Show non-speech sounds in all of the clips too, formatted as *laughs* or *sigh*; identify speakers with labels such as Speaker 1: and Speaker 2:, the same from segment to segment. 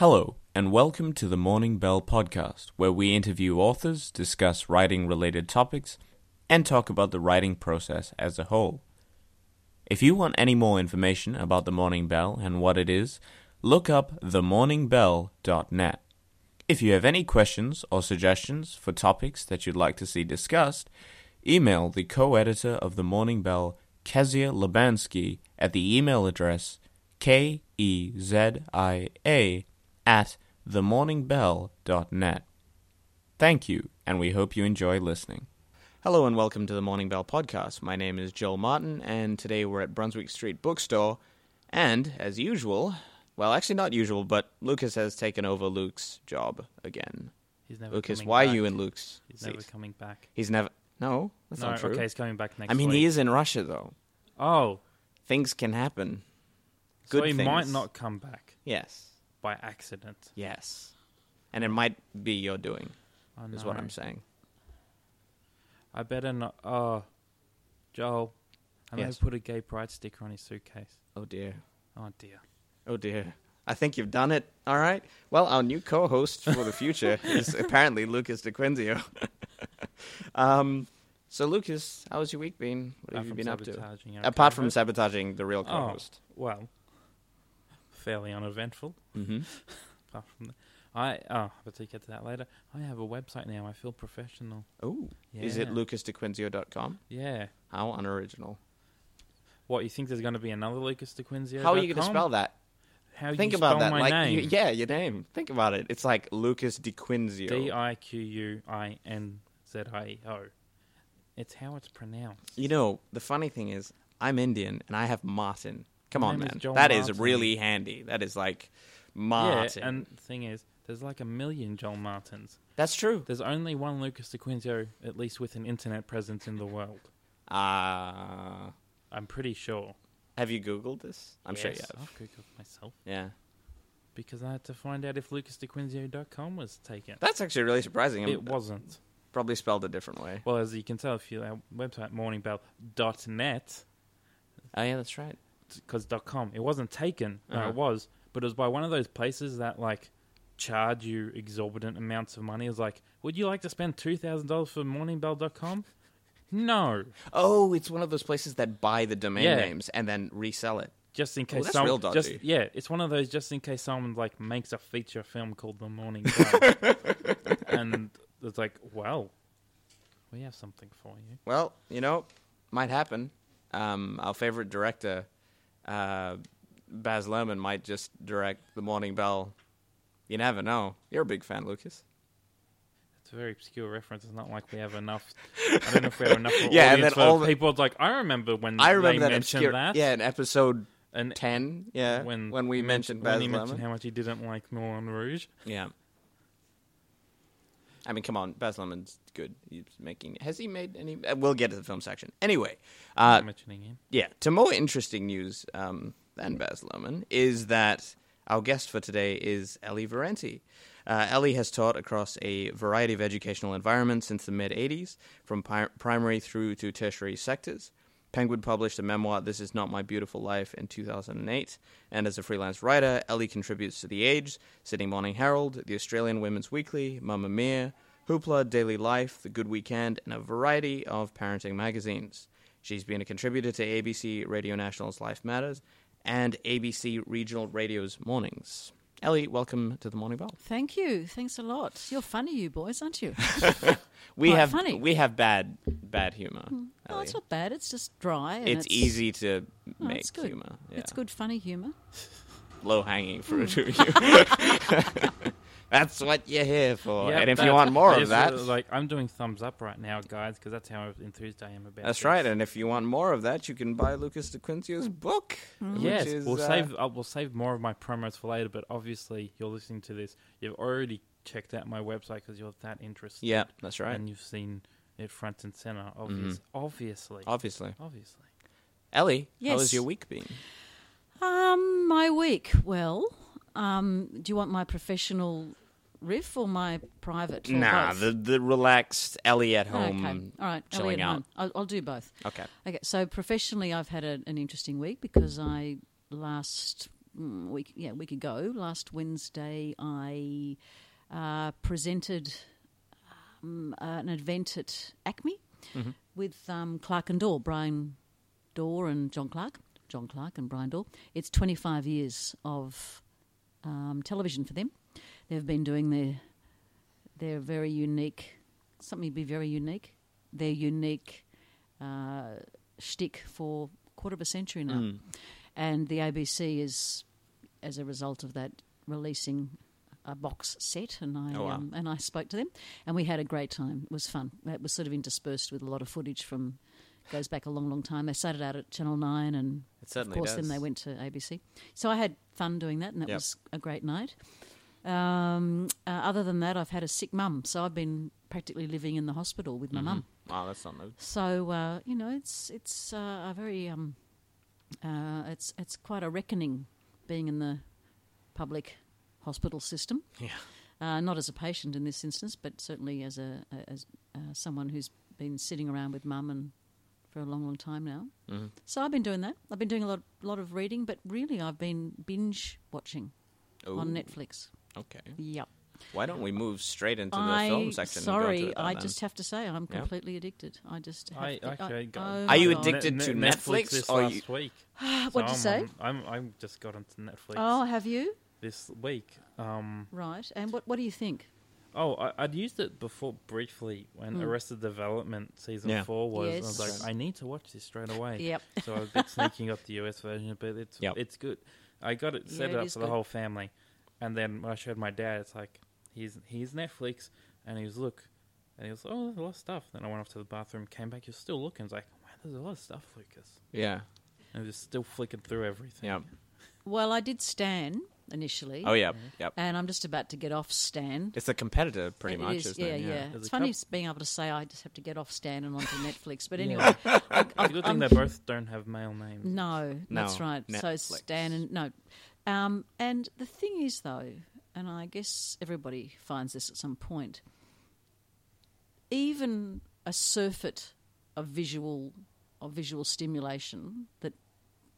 Speaker 1: Hello, and welcome to the Morning Bell podcast, where we interview authors, discuss writing related topics, and talk about the writing process as a whole. If you want any more information about the Morning Bell and what it is, look up themorningbell.net. If you have any questions or suggestions for topics that you'd like to see discussed, email the co editor of the Morning Bell, Kezia Labansky, at the email address k e z i a at themorningbell.net. Thank you, and we hope you enjoy listening. Hello, and welcome to the Morning Bell podcast. My name is Joel Martin, and today we're at Brunswick Street Bookstore. And as usual, well, actually, not usual, but Lucas has taken over Luke's job again.
Speaker 2: He's never
Speaker 1: Lucas,
Speaker 2: coming
Speaker 1: why
Speaker 2: back.
Speaker 1: are you in Luke's
Speaker 2: He's
Speaker 1: seat?
Speaker 2: never coming back.
Speaker 1: He's never. No, that's
Speaker 2: no,
Speaker 1: not true.
Speaker 2: okay, he's coming back next.
Speaker 1: I mean,
Speaker 2: week.
Speaker 1: he is in Russia, though.
Speaker 2: Oh,
Speaker 1: Things can happen.
Speaker 2: so
Speaker 1: Good
Speaker 2: he might
Speaker 1: things.
Speaker 2: not come back
Speaker 1: Yes.
Speaker 2: by accident.
Speaker 1: Yes. And it might be your doing,
Speaker 2: I
Speaker 1: is what
Speaker 2: know.
Speaker 1: I'm saying.
Speaker 2: Oh, I better not. Oh, Joel, I'm
Speaker 1: Yes.
Speaker 2: gonna put a gay pride sticker on his suitcase.
Speaker 1: Oh, dear.
Speaker 2: Oh dear.
Speaker 1: Oh dear. I think you've done it. All right. Well, our new co-host for the future is apparently Lucas DeQuinzio. *laughs* um, so Lucas, how has your week been? What have you been up to? Apart from sabotaging the real
Speaker 2: oh,
Speaker 1: co-host.
Speaker 2: well, fairly uneventful.
Speaker 1: Mm-hmm.
Speaker 2: Apart from that, I oh, but to get to that later. I have a website now. I feel professional.
Speaker 1: Oh,
Speaker 2: Yeah.
Speaker 1: is it lucasdequinzio.com?
Speaker 2: Yeah.
Speaker 1: How unoriginal.
Speaker 2: What you think? There's going to be another Lucas DeQuinzio.
Speaker 1: How are you going to spell that?
Speaker 2: How
Speaker 1: think
Speaker 2: you
Speaker 1: about
Speaker 2: spell
Speaker 1: that.
Speaker 2: my
Speaker 1: like,
Speaker 2: name?
Speaker 1: you- yeah, your name. Think about it. It's like Lucas DeQuinzio.
Speaker 2: D I Q U I N Z I O. It's how it's pronounced.
Speaker 1: You know, the funny thing is, I'm Indian and I have Martin. Come
Speaker 2: My
Speaker 1: on,
Speaker 2: name is
Speaker 1: man.
Speaker 2: Joel
Speaker 1: That is
Speaker 2: Martin.
Speaker 1: really handy. That is like Martin.
Speaker 2: Yeah, and the thing is, there's like a million Joel Martins.
Speaker 1: That's true.
Speaker 2: There's only one Lucas DeQuinzio, at least with an internet presence in the world.
Speaker 1: Uh,
Speaker 2: I'm pretty sure.
Speaker 1: have you Googled this? I'm sure you
Speaker 2: Yes,
Speaker 1: have.
Speaker 2: I've googled myself
Speaker 1: Yeah.
Speaker 2: because I had to find out if LucasDeQuinzio.com was taken.
Speaker 1: That's actually really surprising. I'm-
Speaker 2: It wasn't.
Speaker 1: Probably spelled a different way.
Speaker 2: Well, as you can tell, if you our website morningbell.net,
Speaker 1: Oh, yeah, that's right.
Speaker 2: because .com, it wasn't taken. No,
Speaker 1: Uh-huh.
Speaker 2: it was, but it was by one of those places that like charge you exorbitant amounts of money. It was like, would you like to spend two thousand dollars for morningbell.com? No,
Speaker 1: Oh, it's one of those places that buy the domain
Speaker 2: Yeah.
Speaker 1: names and then resell it.
Speaker 2: just in
Speaker 1: Oh,
Speaker 2: case
Speaker 1: that's
Speaker 2: some-
Speaker 1: real
Speaker 2: just
Speaker 1: dodgy.
Speaker 2: yeah, it's one of those just in case someone like makes a feature film called
Speaker 1: *laughs*
Speaker 2: The Morning Bell, and it's like, well, we have something for you.
Speaker 1: Well, you know, might happen. Um, our favorite director, uh, Baz Luhrmann, might just direct The Morning Bell. You never know. You're a big fan, Lucas.
Speaker 2: It's a very obscure reference. It's not like we have enough. I don't know if we have enough.
Speaker 1: *laughs* Yeah, and
Speaker 2: audience
Speaker 1: then
Speaker 2: for
Speaker 1: all the-
Speaker 2: people. It's like I remember when
Speaker 1: I remember
Speaker 2: they
Speaker 1: that
Speaker 2: mentioned
Speaker 1: obscure.
Speaker 2: that.
Speaker 1: Yeah, in episode
Speaker 2: and
Speaker 1: ten. Yeah, when
Speaker 2: when
Speaker 1: when we
Speaker 2: you
Speaker 1: mentioned
Speaker 2: when
Speaker 1: Baz
Speaker 2: he
Speaker 1: Luhrmann.
Speaker 2: mentioned how much he didn't like Moulin Rouge.
Speaker 1: Yeah. I mean, come on, Baz Luhrmann's good. He's making. Has he made any? uh, We'll get to the film section anyway. Uh,
Speaker 2: mentioning him.
Speaker 1: yeah, to more interesting news um, than Baz Luhrmann is that our guest for today is Ellie Verenti. Uh, Ellie has taught across a variety of educational environments since the mid 80s, from pi- primary through to tertiary sectors. Penguin published a memoir, This Is Not My Beautiful Life, in 2008. And as a freelance writer, Ellie contributes to The Age, Sydney Morning Herald, The Australian Women's Weekly, Mamma Mia, Hoopla, Daily Life, The Good Weekend, and a variety of parenting magazines. She's been a contributor to ABC Radio National's Life Matters and ABC Regional Radio's Mornings. Ellie, welcome to the Morning Bell.
Speaker 3: Thank you. Thanks a lot. You're funny, you boys,
Speaker 1: *laughs*
Speaker 3: aren't you?
Speaker 1: We
Speaker 3: Quite
Speaker 1: have
Speaker 3: funny.
Speaker 1: we have bad bad humor.
Speaker 3: No,
Speaker 1: Ellie.
Speaker 3: it's not bad. It's just dry. And
Speaker 1: It's
Speaker 3: it's
Speaker 1: easy to
Speaker 3: no,
Speaker 1: make
Speaker 3: it's good.
Speaker 1: humor. Yeah.
Speaker 3: It's Hmm. good, funny humor.
Speaker 1: Low hanging fruit. to
Speaker 3: *laughs*
Speaker 1: you. that's what you're here for.
Speaker 2: Yeah,
Speaker 1: and if you
Speaker 2: that-
Speaker 1: want more
Speaker 2: I
Speaker 1: of
Speaker 2: just,
Speaker 1: that,
Speaker 2: uh, like I'm doing thumbs up right now, guys, because that's how enthused I am about.
Speaker 1: that's
Speaker 2: this.
Speaker 1: right. And if you want more of that, you can buy Lucas
Speaker 3: Hmm.
Speaker 1: DeQuincio's book. which
Speaker 2: yes,
Speaker 1: is,
Speaker 2: we'll
Speaker 1: uh,
Speaker 2: save. Uh, we'll save more of my promos for later. But obviously, you're listening to this. You've already checked out my website because you're that interested.
Speaker 1: Yeah, that's right. Mm-hmm.
Speaker 2: and you've seen it front and center. Obvious, obviously,
Speaker 1: Obviously,
Speaker 2: obviously.
Speaker 1: Ellie, how has
Speaker 3: Yes.
Speaker 1: your week been?
Speaker 3: Um, my week. Well, um, do you want my professional riff or my private? or
Speaker 1: Nah,
Speaker 3: both?
Speaker 1: the, the relaxed Ellie at home.
Speaker 3: okay. All right, Ellie
Speaker 1: chilling
Speaker 3: at
Speaker 1: out.
Speaker 3: home. I'll, I'll do both.
Speaker 1: Okay.
Speaker 3: Okay, so professionally, I've had a, an interesting week because I last mm, week yeah a week ago last Wednesday I uh, presented um, an event at Acme with um, Clark and Dorr, Brian Dorr and John Clark, John Clark and Brian Dorr. It's 25 years of um, television for them. They've been doing their their very unique something be very unique. Their unique uh, shtick for quarter of a century now,
Speaker 4: Mm.
Speaker 3: and the ABC is, as a result of that, releasing a box set, and I
Speaker 4: Oh, wow.
Speaker 3: um, and I spoke to them, and we had a great time. It was fun. It was sort of interspersed with a lot of footage from goes back a long, long time. They started out at Channel Nine, and
Speaker 4: It certainly
Speaker 3: of course,
Speaker 4: does.
Speaker 3: then they went to ABC. So I had fun doing that, and that
Speaker 4: Yep.
Speaker 3: was a great night. Um, uh, other than that, I've had a sick mum, so I've been practically living in the hospital with my mum.
Speaker 4: Oh, that's not new.
Speaker 3: So uh, you know, it's it's uh, a very um, uh, it's it's quite a reckoning being in the public hospital system.
Speaker 4: Yeah.
Speaker 3: Uh, not as a patient in this instance, but certainly as a as uh, someone who's been sitting around with mum and for a long, long time now.
Speaker 4: Mhm.
Speaker 3: So I've been doing that. I've been doing a lot, lot of reading, but really I've been binge watching on
Speaker 4: Ooh,
Speaker 3: Netflix.
Speaker 4: oh, Okay.
Speaker 3: Yep.
Speaker 4: Why don't we move straight into the
Speaker 3: I
Speaker 4: film section? and go
Speaker 3: sorry,
Speaker 4: to that
Speaker 3: I
Speaker 4: then?
Speaker 3: just have to say I'm
Speaker 4: Yeah.
Speaker 3: completely addicted. I just have
Speaker 2: I,
Speaker 3: to,
Speaker 2: okay, go.
Speaker 3: oh
Speaker 4: Are
Speaker 3: my
Speaker 4: you
Speaker 3: God.
Speaker 4: addicted to Netflix,
Speaker 2: this
Speaker 4: or
Speaker 2: last
Speaker 4: you-
Speaker 2: week?
Speaker 3: *sighs* What'd you
Speaker 2: I'm
Speaker 3: say?
Speaker 2: on- I'm, I'm just got onto Netflix
Speaker 3: Oh, have you?
Speaker 2: this week. Um,
Speaker 3: Right. And what what do you think?
Speaker 2: oh, I, I'd used it before briefly when Arrested Development season
Speaker 4: Yeah.
Speaker 2: four was. and I was
Speaker 3: Hmm. Yes.
Speaker 2: like, I need to watch this
Speaker 3: *laughs*
Speaker 2: straight away.
Speaker 3: Yep.
Speaker 2: So I've been sneaking up the US version, but it's
Speaker 4: Yep.
Speaker 2: it's good. I got it set
Speaker 3: Yeah, it
Speaker 2: up
Speaker 3: is
Speaker 2: for the
Speaker 3: good.
Speaker 2: whole family, and then when I showed my dad, it's like he's he's Netflix, and he was look, and he was oh there's a lot of stuff. Then I went off to the bathroom, came back, he was still looking. It's like wow, there's a lot of stuff, Lucas,
Speaker 4: Yeah.
Speaker 2: and he was still flicking through everything.
Speaker 4: Yeah.
Speaker 3: Well, I did Stan initially.
Speaker 4: Oh, yeah. Yep.
Speaker 3: And I'm just about to get off Stan.
Speaker 4: It's a competitor, pretty
Speaker 3: It
Speaker 4: much,
Speaker 3: is,
Speaker 4: isn't
Speaker 3: yeah,
Speaker 4: it?
Speaker 3: Yeah,
Speaker 2: There's
Speaker 3: It's
Speaker 2: a
Speaker 3: funny
Speaker 2: couple-
Speaker 3: being able to say I just have to get off Stan
Speaker 4: *laughs*
Speaker 3: and onto Netflix. But
Speaker 2: Yeah.
Speaker 3: anyway, *laughs* um,
Speaker 2: It's a good thing they both don't have male names.
Speaker 3: no, that's
Speaker 4: No,
Speaker 3: right. So
Speaker 4: Netflix.
Speaker 3: Stan and no, um, and the thing is though, and I guess everybody finds this at some point. Even a surfeit of visual, of visual stimulation that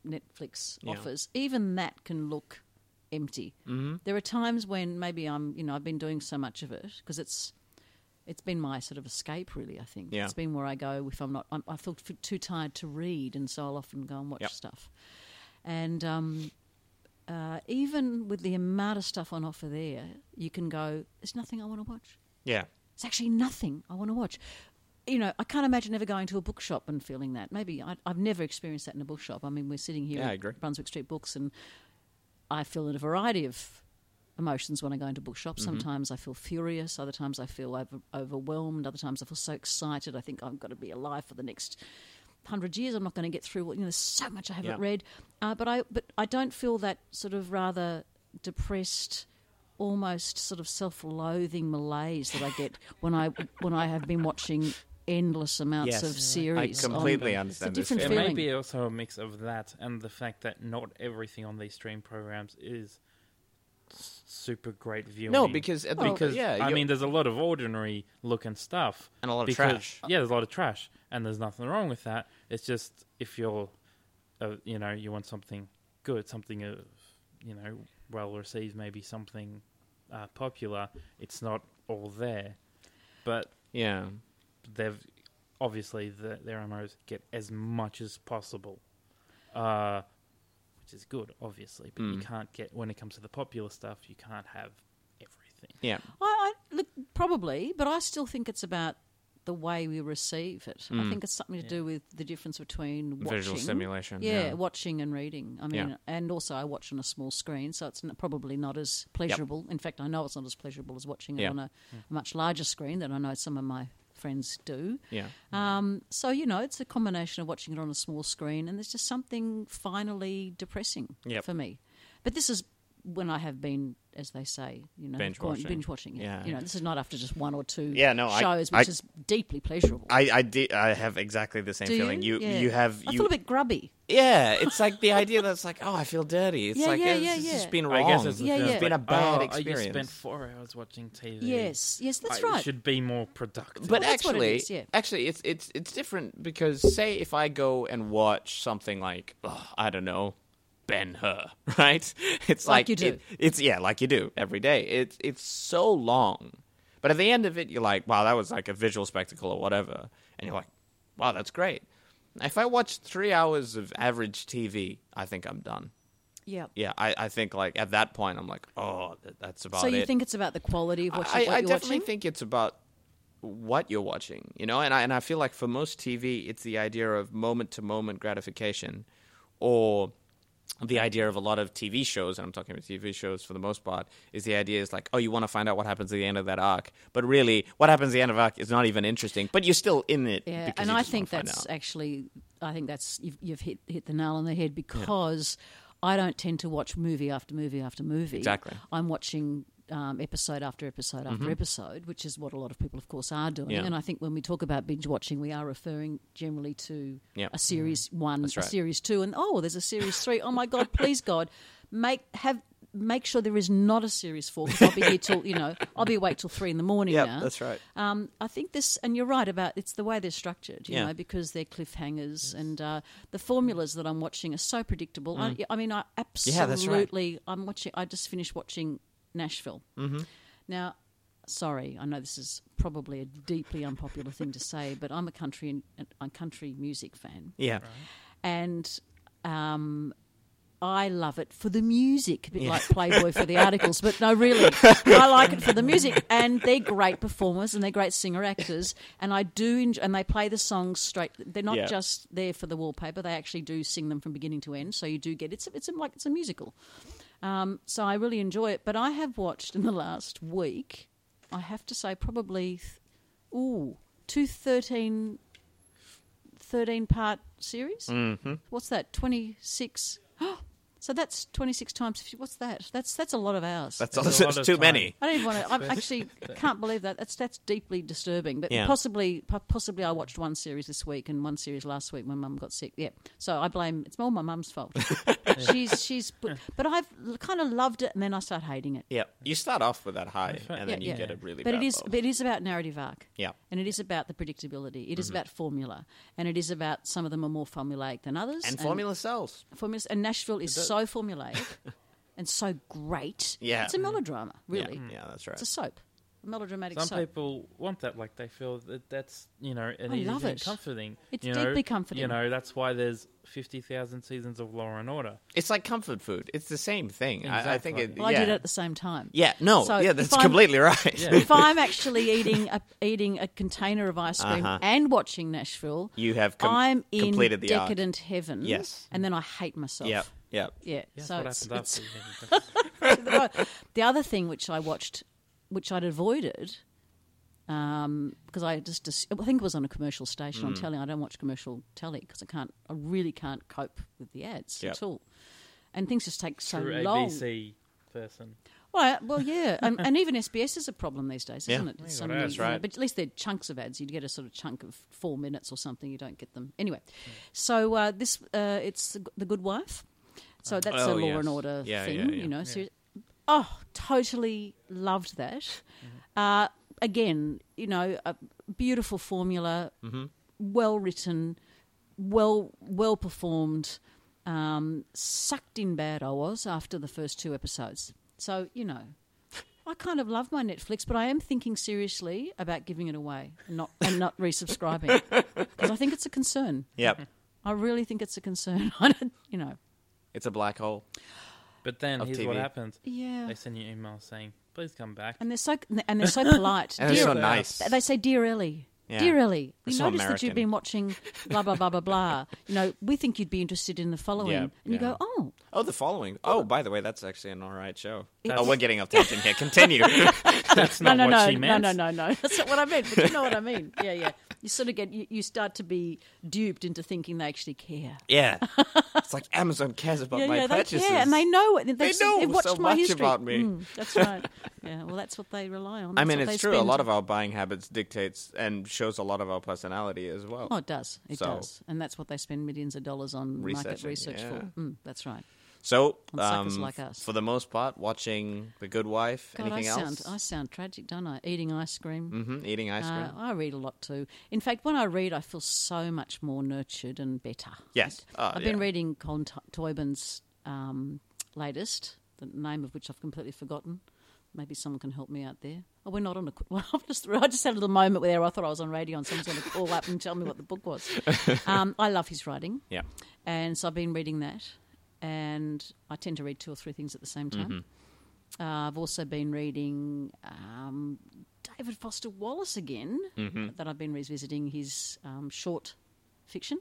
Speaker 3: Netflix
Speaker 4: Yeah.
Speaker 3: offers, even that can look empty. Mm-hmm. There are times when maybe I'm, you know, I've been doing so much of it because it's, it's been my sort of escape, really. I think
Speaker 4: Yeah.
Speaker 3: it's been where I go if I'm not, I'm, I feel f- too tired to read, and so I'll often go and watch
Speaker 4: Yep.
Speaker 3: stuff. And um, uh, even with the amount of stuff on offer there, you can go. There's nothing I want to watch.
Speaker 4: Yeah.
Speaker 3: It's actually nothing I want to watch. You know, I can't imagine ever going to a bookshop and feeling that. Maybe I, I've never experienced that in a bookshop. I mean, we're sitting here
Speaker 4: Yeah, I
Speaker 3: at
Speaker 4: agree.
Speaker 3: Brunswick Street Books, and I feel in a variety of emotions when I go into bookshops.
Speaker 4: Mm-hmm.
Speaker 3: Sometimes I feel furious, other times I feel over, overwhelmed, other times I feel so excited. I think I've got to be alive for the next hundred years. I'm not going to get through. what- You know, there's so much I haven't
Speaker 4: Yeah.
Speaker 3: read, uh, but I but I don't feel that sort of rather depressed. Almost sort of self-loathing malaise that I get when I when I have been watching endless amounts
Speaker 4: Yes.
Speaker 3: of series.
Speaker 4: I completely
Speaker 3: on,
Speaker 4: understand
Speaker 3: It's a
Speaker 4: this.
Speaker 3: different
Speaker 2: It
Speaker 4: feeling.
Speaker 2: may
Speaker 3: feeling.
Speaker 2: be also a mix of that and the fact that not everything on these stream programs is s- super great viewing.
Speaker 4: No, because at the,
Speaker 2: because
Speaker 4: yeah,
Speaker 2: I
Speaker 4: you're-
Speaker 2: mean, there's a lot of ordinary looking stuff
Speaker 4: And a lot of
Speaker 2: because-
Speaker 4: trash.
Speaker 2: Yeah, there's a lot of trash, and there's nothing wrong with that. It's just if you're, uh, you know, you want something good, something of, you know, well received, maybe something uh, popular. It's not all there, but
Speaker 4: yeah,
Speaker 2: they've obviously the, their MMOs get as much as possible, uh, which is good, obviously. But you can't get when it comes to the popular stuff, you can't have everything.
Speaker 4: yeah,
Speaker 3: I, I look probably, but I still think it's about the way we receive it. I think it's something to do with the difference between watching,
Speaker 4: Mm. visual stimulation.
Speaker 3: yeah,
Speaker 4: yeah.
Speaker 3: watching and reading. I mean,
Speaker 4: Yeah.
Speaker 3: and also I watch on a small screen, so it's n- probably not as pleasurable. In fact, I know it's not as pleasurable as watching it
Speaker 4: Yeah.
Speaker 3: on a much larger screen that I know some of my friends do.
Speaker 4: yeah.
Speaker 3: Um, so you know, it's a combination of watching it on a small screen, and there's just something finally depressing
Speaker 4: Yep.
Speaker 3: for me. But this is when I have been, as they say, you know,
Speaker 4: Binge
Speaker 3: gone-
Speaker 4: watching.
Speaker 3: binge watching it.
Speaker 4: Yeah.
Speaker 3: You know, this is not after just one or two
Speaker 4: Yeah, no, I-
Speaker 3: shows,
Speaker 4: I-
Speaker 3: which is deeply pleasurable.
Speaker 4: I I, di- I have exactly the same
Speaker 3: Do
Speaker 4: feeling. You
Speaker 3: Yeah.
Speaker 4: you have
Speaker 3: I
Speaker 4: you
Speaker 3: feel a bit grubby. *laughs*
Speaker 4: yeah. It's like the idea that's like oh I feel dirty. It's
Speaker 3: Yeah,
Speaker 4: like
Speaker 3: yeah,
Speaker 4: it's,
Speaker 3: yeah,
Speaker 4: it's
Speaker 3: yeah.
Speaker 4: just been
Speaker 2: I
Speaker 4: wrong.
Speaker 2: guess it's
Speaker 3: Yeah,
Speaker 2: just
Speaker 3: yeah.
Speaker 4: It's been a
Speaker 2: like,
Speaker 4: bad
Speaker 2: oh, I just
Speaker 4: experience.
Speaker 2: spent four hours watching TV.
Speaker 3: Yes, yes, that's
Speaker 2: I
Speaker 3: right.
Speaker 2: Should be more productive.
Speaker 4: but
Speaker 3: Well, that's what it
Speaker 4: actually,
Speaker 3: is, yeah.
Speaker 4: actually, it's it's it's different because say if I go and watch something like ugh, I don't know,
Speaker 1: Ben Hur, *laughs* right? It's
Speaker 3: Like you do.
Speaker 1: it- it's yeah, like you do every day. It's it's so long, but at the end of it, you're like, wow, that was like a visual spectacle or whatever, and you're like, wow, that's great. If I watch three hours of average TV, I think I'm done.
Speaker 3: Yeah.
Speaker 1: Yeah, I, I think like at that point, I'm like, oh, that, that's about
Speaker 3: So
Speaker 1: it.
Speaker 3: you think it's about the quality of what, you,
Speaker 1: I,
Speaker 3: what
Speaker 1: I
Speaker 3: you're
Speaker 1: definitely
Speaker 3: watching?
Speaker 1: think it's about what you're watching, you know, and I and I feel like for most TV, it's the idea of moment to moment gratification, or the idea of a lot of TV shows, and I'm talking about TV shows for the most part, is the idea is like, oh, you want to find out what happens at the end of that arc, but really, what happens at the end of arc is not even interesting, but you're still in it.
Speaker 3: Yeah,
Speaker 1: because
Speaker 3: and
Speaker 1: you
Speaker 3: I
Speaker 1: just wanna
Speaker 3: think
Speaker 1: find
Speaker 3: that's
Speaker 1: out.
Speaker 3: actually, I think that's you've, you've hit hit the nail on the head because I don't tend to watch movie after movie after movie.
Speaker 1: Exactly. Mm-hmm.
Speaker 3: I'm watching um, episode after episode after episode, which is what a lot of people, of course, are doing.
Speaker 1: Yeah.
Speaker 3: And I think when we talk about binge watching, we are referring generally to
Speaker 1: Yep.
Speaker 3: a series one,
Speaker 1: Mm-hmm. That's
Speaker 3: a
Speaker 1: right.
Speaker 3: series two, and oh, there's
Speaker 1: *laughs*
Speaker 3: a series three. Oh my God, please God, make have. Make sure there is not a series four because I'll be here till you know I'll be awake till three in the morning
Speaker 1: Yep,
Speaker 3: now.
Speaker 1: that's right.
Speaker 3: Um, I think this, and you're right about it's the way they're structured, you
Speaker 1: Yeah.
Speaker 3: know, because they're cliffhangers and uh, the formulas that I'm watching are so predictable. I, I mean, I
Speaker 1: Mm. Yeah, that's right.
Speaker 3: absolutely. I'm watching. I just finished watching Nashville. Mm-hmm. Now, sorry, I know this is probably a deeply unpopular thing to say, but I'm a country and a country music fan,
Speaker 1: Yeah,
Speaker 3: and. Um, I love it for the music, a bit like Playboy for the articles, but no, really, I like it for the music. And they're great performers and they're great singer actors, and I do enjoy. And they play the songs straight. They're not
Speaker 1: Yeah.
Speaker 3: just there for the wallpaper; they actually do sing them from beginning to end. So you do get it's a- it's a, like it's a musical. Um, so I really enjoy it. But I have watched in the last week, I have to say, probably th- ooh two thirteen. 13 part series? Mm-hmm. What's that? 26. *gasps* So that's 26 times. 50. What's that? That's that's a lot of
Speaker 1: *laughs*
Speaker 3: hours.
Speaker 1: that's,
Speaker 2: There's a lot
Speaker 1: that's
Speaker 2: of
Speaker 1: too
Speaker 2: time.
Speaker 1: many.
Speaker 3: I don't even want to. I actually can't believe that. That's that's deeply disturbing. But
Speaker 1: Yeah.
Speaker 3: possibly, po- possibly, I watched one series this week and one series last week. when mum got sick. Yeah, so I blame. It's all my
Speaker 1: *laughs*
Speaker 3: mum's fault. *laughs* she's she's. But, but I've kind of loved it, and then I start hating it.
Speaker 1: Yeah, you start off with that high, and then
Speaker 3: Yeah,
Speaker 1: you
Speaker 3: yeah.
Speaker 1: get a really.
Speaker 3: But
Speaker 1: bad
Speaker 3: it is.
Speaker 1: low.
Speaker 3: But it is about narrative arc.
Speaker 1: Yeah. Mm-hmm.
Speaker 3: And it is about the predictability. It is about formula, and it is about some of them are more formulaic than others.
Speaker 1: and formula sells.
Speaker 3: formulas, and Nashville is
Speaker 1: *laughs*
Speaker 3: so formulaic and so great.
Speaker 1: Yeah.
Speaker 3: it's a melodrama, really.
Speaker 1: Yeah, Mm. yeah, that's right.
Speaker 3: It's a soap, a melodramatic
Speaker 2: Some
Speaker 3: soap.
Speaker 2: people want that, like they feel that that's you know an
Speaker 3: I
Speaker 2: easy
Speaker 3: love
Speaker 2: thing,
Speaker 3: it.
Speaker 2: comforting.
Speaker 3: It's
Speaker 2: you know,
Speaker 3: deeply comforting.
Speaker 2: You know that's why there's fifty thousand seasons of Law and Order.
Speaker 1: It's like comfort food. It's the same thing. I, I think it.
Speaker 2: Exactly.
Speaker 3: well,
Speaker 1: yeah.
Speaker 3: I did it at the same time.
Speaker 1: yeah. No.
Speaker 3: So
Speaker 1: yeah,
Speaker 3: if
Speaker 1: that's
Speaker 3: I'm-
Speaker 1: completely
Speaker 3: *laughs*
Speaker 1: right.
Speaker 2: Yeah.
Speaker 3: If I'm actually eating a eating a container of ice cream
Speaker 1: Uh-huh.
Speaker 3: and watching Nashville,
Speaker 1: *laughs* You have com-
Speaker 3: I'm in
Speaker 1: completed the arc.
Speaker 3: decadent heaven.
Speaker 1: Yes.
Speaker 3: and then I hate myself.
Speaker 1: Yep. Yep.
Speaker 3: Yeah,
Speaker 2: Yeah,
Speaker 3: so
Speaker 2: that's
Speaker 3: it's,
Speaker 2: what
Speaker 3: it's
Speaker 2: happens after.
Speaker 3: the other thing which I watched, which I'd avoided, because I just dis- I think it was on a commercial station
Speaker 1: Hmm.
Speaker 3: on telly. I don't watch commercial telly because I can't. I really can't cope with the ads
Speaker 1: Yep.
Speaker 3: at all, and things just take *laughs* so
Speaker 2: True
Speaker 3: long.
Speaker 2: ABC person.
Speaker 3: Well, I- well, yeah, and, and even SBS is a problem these days, isn't
Speaker 1: Yeah.
Speaker 3: it?
Speaker 2: Yeah,
Speaker 3: There's
Speaker 2: well, that's
Speaker 3: you know,
Speaker 1: right.
Speaker 3: But at least they're chunks of ads. You'd get a sort of chunk of four minutes or something. You don't get them anyway. So uh, this, uh, it's the Good Wife. So that's
Speaker 1: Oh,
Speaker 3: a Law
Speaker 1: yes.
Speaker 3: and Order
Speaker 1: Yeah,
Speaker 3: thing,
Speaker 1: yeah, yeah.
Speaker 3: you know. seri- oh, totally loved that.
Speaker 1: Mm-hmm.
Speaker 3: Uh, again, you know, a beautiful formula,
Speaker 1: Mm-hmm.
Speaker 3: well written, well well performed. Um, sucked in bad I was after the first two episodes. So you know, I kind of love my Netflix, but I am thinking seriously about giving it away and not and not resubscribing because I think it's a concern.
Speaker 1: Yep.
Speaker 3: *laughs* I really think it's a concern. *laughs* I don't, you know,
Speaker 1: It's a black hole.
Speaker 2: But then
Speaker 1: Of
Speaker 2: here's what
Speaker 1: TV.
Speaker 2: happens:
Speaker 3: yeah.
Speaker 2: they send you an email saying, "Please come back."
Speaker 3: And they're so and they're so polite.
Speaker 1: *laughs* And it's
Speaker 3: Dear-
Speaker 1: so
Speaker 2: Yeah.
Speaker 1: nice.
Speaker 3: They say, "Dear Ellie,
Speaker 1: Yeah.
Speaker 3: dear Ellie, we
Speaker 1: It's so
Speaker 3: noticed that
Speaker 1: American.
Speaker 3: you've been watching blah blah blah blah
Speaker 1: *laughs*
Speaker 3: blah. You know, we think you'd be interested in the following."
Speaker 1: Yeah,
Speaker 3: and you
Speaker 1: yeah.
Speaker 3: go, "Oh,
Speaker 1: Oh, the following. Oh, by the way, that's actually an alright show.
Speaker 2: That's-
Speaker 1: Oh, we're getting off tangent here.
Speaker 3: *laughs*
Speaker 1: Continue. *laughs*
Speaker 2: That's
Speaker 3: no,
Speaker 2: not
Speaker 3: no,
Speaker 2: what
Speaker 3: no,
Speaker 2: she
Speaker 3: no,
Speaker 2: meant.
Speaker 3: no, no, *laughs* no. That's not what I meant. But you know what I mean? *laughs* Yeah, yeah. You sort of get you, you start to be duped into thinking they actually care. *laughs*
Speaker 1: yeah. It's like Amazon cares about
Speaker 3: yeah,
Speaker 1: my
Speaker 3: yeah,
Speaker 1: purchases.
Speaker 3: they care, and they know it. They've,
Speaker 1: They
Speaker 3: s-
Speaker 1: know
Speaker 3: they've watched
Speaker 1: so
Speaker 3: my
Speaker 1: much
Speaker 3: history.
Speaker 1: about me.
Speaker 3: Mm, that's right. Yeah, well, that's what they rely on.
Speaker 1: I
Speaker 3: That's
Speaker 1: mean,
Speaker 3: what
Speaker 1: it's
Speaker 3: they
Speaker 1: true. A lot
Speaker 3: spend-
Speaker 1: of our buying habits dictates and shows a lot of our personality as well.
Speaker 3: Oh, it does. It
Speaker 1: So-
Speaker 3: does, and that's what they spend millions of dollars on market
Speaker 1: Researching,
Speaker 3: research
Speaker 1: yeah.
Speaker 3: for. Mm, that's right.
Speaker 1: So,
Speaker 3: And suckers
Speaker 1: um,
Speaker 3: like us.
Speaker 1: for the most part, watching The Good Wife.
Speaker 3: God,
Speaker 1: anything
Speaker 3: I
Speaker 1: else?
Speaker 3: sound I sound tragic, don't I? Eating ice cream.
Speaker 1: hmm Eating ice cream.
Speaker 3: Uh, I read a lot too. In fact, when I read, I feel so much more nurtured and better.
Speaker 1: Yes.
Speaker 3: I've
Speaker 1: Oh,
Speaker 3: been
Speaker 1: yeah.
Speaker 3: reading Colin T- Toibin's um, latest, the name of which I've completely forgotten. Maybe someone can help me out there. Oh, we're not on a. qu- *laughs* Well, I've just, I just had a little moment where I thought I was on radio and someone's going to call up and tell me what the
Speaker 1: *laughs*
Speaker 3: book was. Um, I love his writing.
Speaker 4: Yeah.
Speaker 3: And so I've been reading that. And I tend to read two or three things at the same time.
Speaker 1: Mm-hmm.
Speaker 3: Uh, I've also been reading um, David Foster Wallace again,
Speaker 1: Mm-hmm,
Speaker 3: that I've been revisiting his um, short fiction,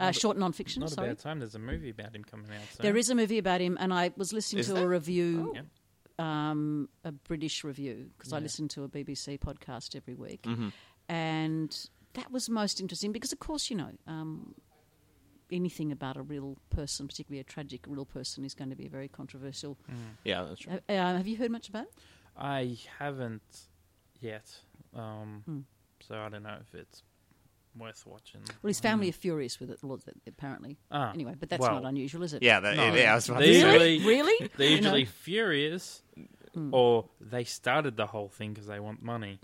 Speaker 3: uh, short non fiction,
Speaker 2: Not
Speaker 3: sorry.
Speaker 2: a bad time. There's a movie about him coming out. Soon.
Speaker 3: There is a movie about him, and I was listening
Speaker 4: Is
Speaker 3: to a
Speaker 4: there?
Speaker 3: review,
Speaker 2: Yeah.
Speaker 3: um, a British review, because I listen to a BBC podcast every week,
Speaker 1: mm-hmm.
Speaker 3: and that was most interesting because, of course, you know. Um, Anything about a real person, particularly a tragic real person, is going to be very controversial.
Speaker 4: Yeah, that's right.
Speaker 3: Uh, uh, have you heard much about it?
Speaker 2: Mm. I haven't yet. Um,
Speaker 3: Hmm.
Speaker 2: So I don't know if it's worth watching. Mm.
Speaker 3: Well, his family are furious with it, well, th- apparently.
Speaker 2: Ah,
Speaker 3: Anyway, but that's
Speaker 2: well,
Speaker 3: not unusual, is it?
Speaker 1: Yeah, that,
Speaker 2: No.
Speaker 1: yeah, I was about
Speaker 2: They
Speaker 1: to say.
Speaker 2: usually- *laughs*
Speaker 3: Really?
Speaker 2: They're
Speaker 3: You know? Hmm.
Speaker 2: usually furious, or they started the whole thing because they want money.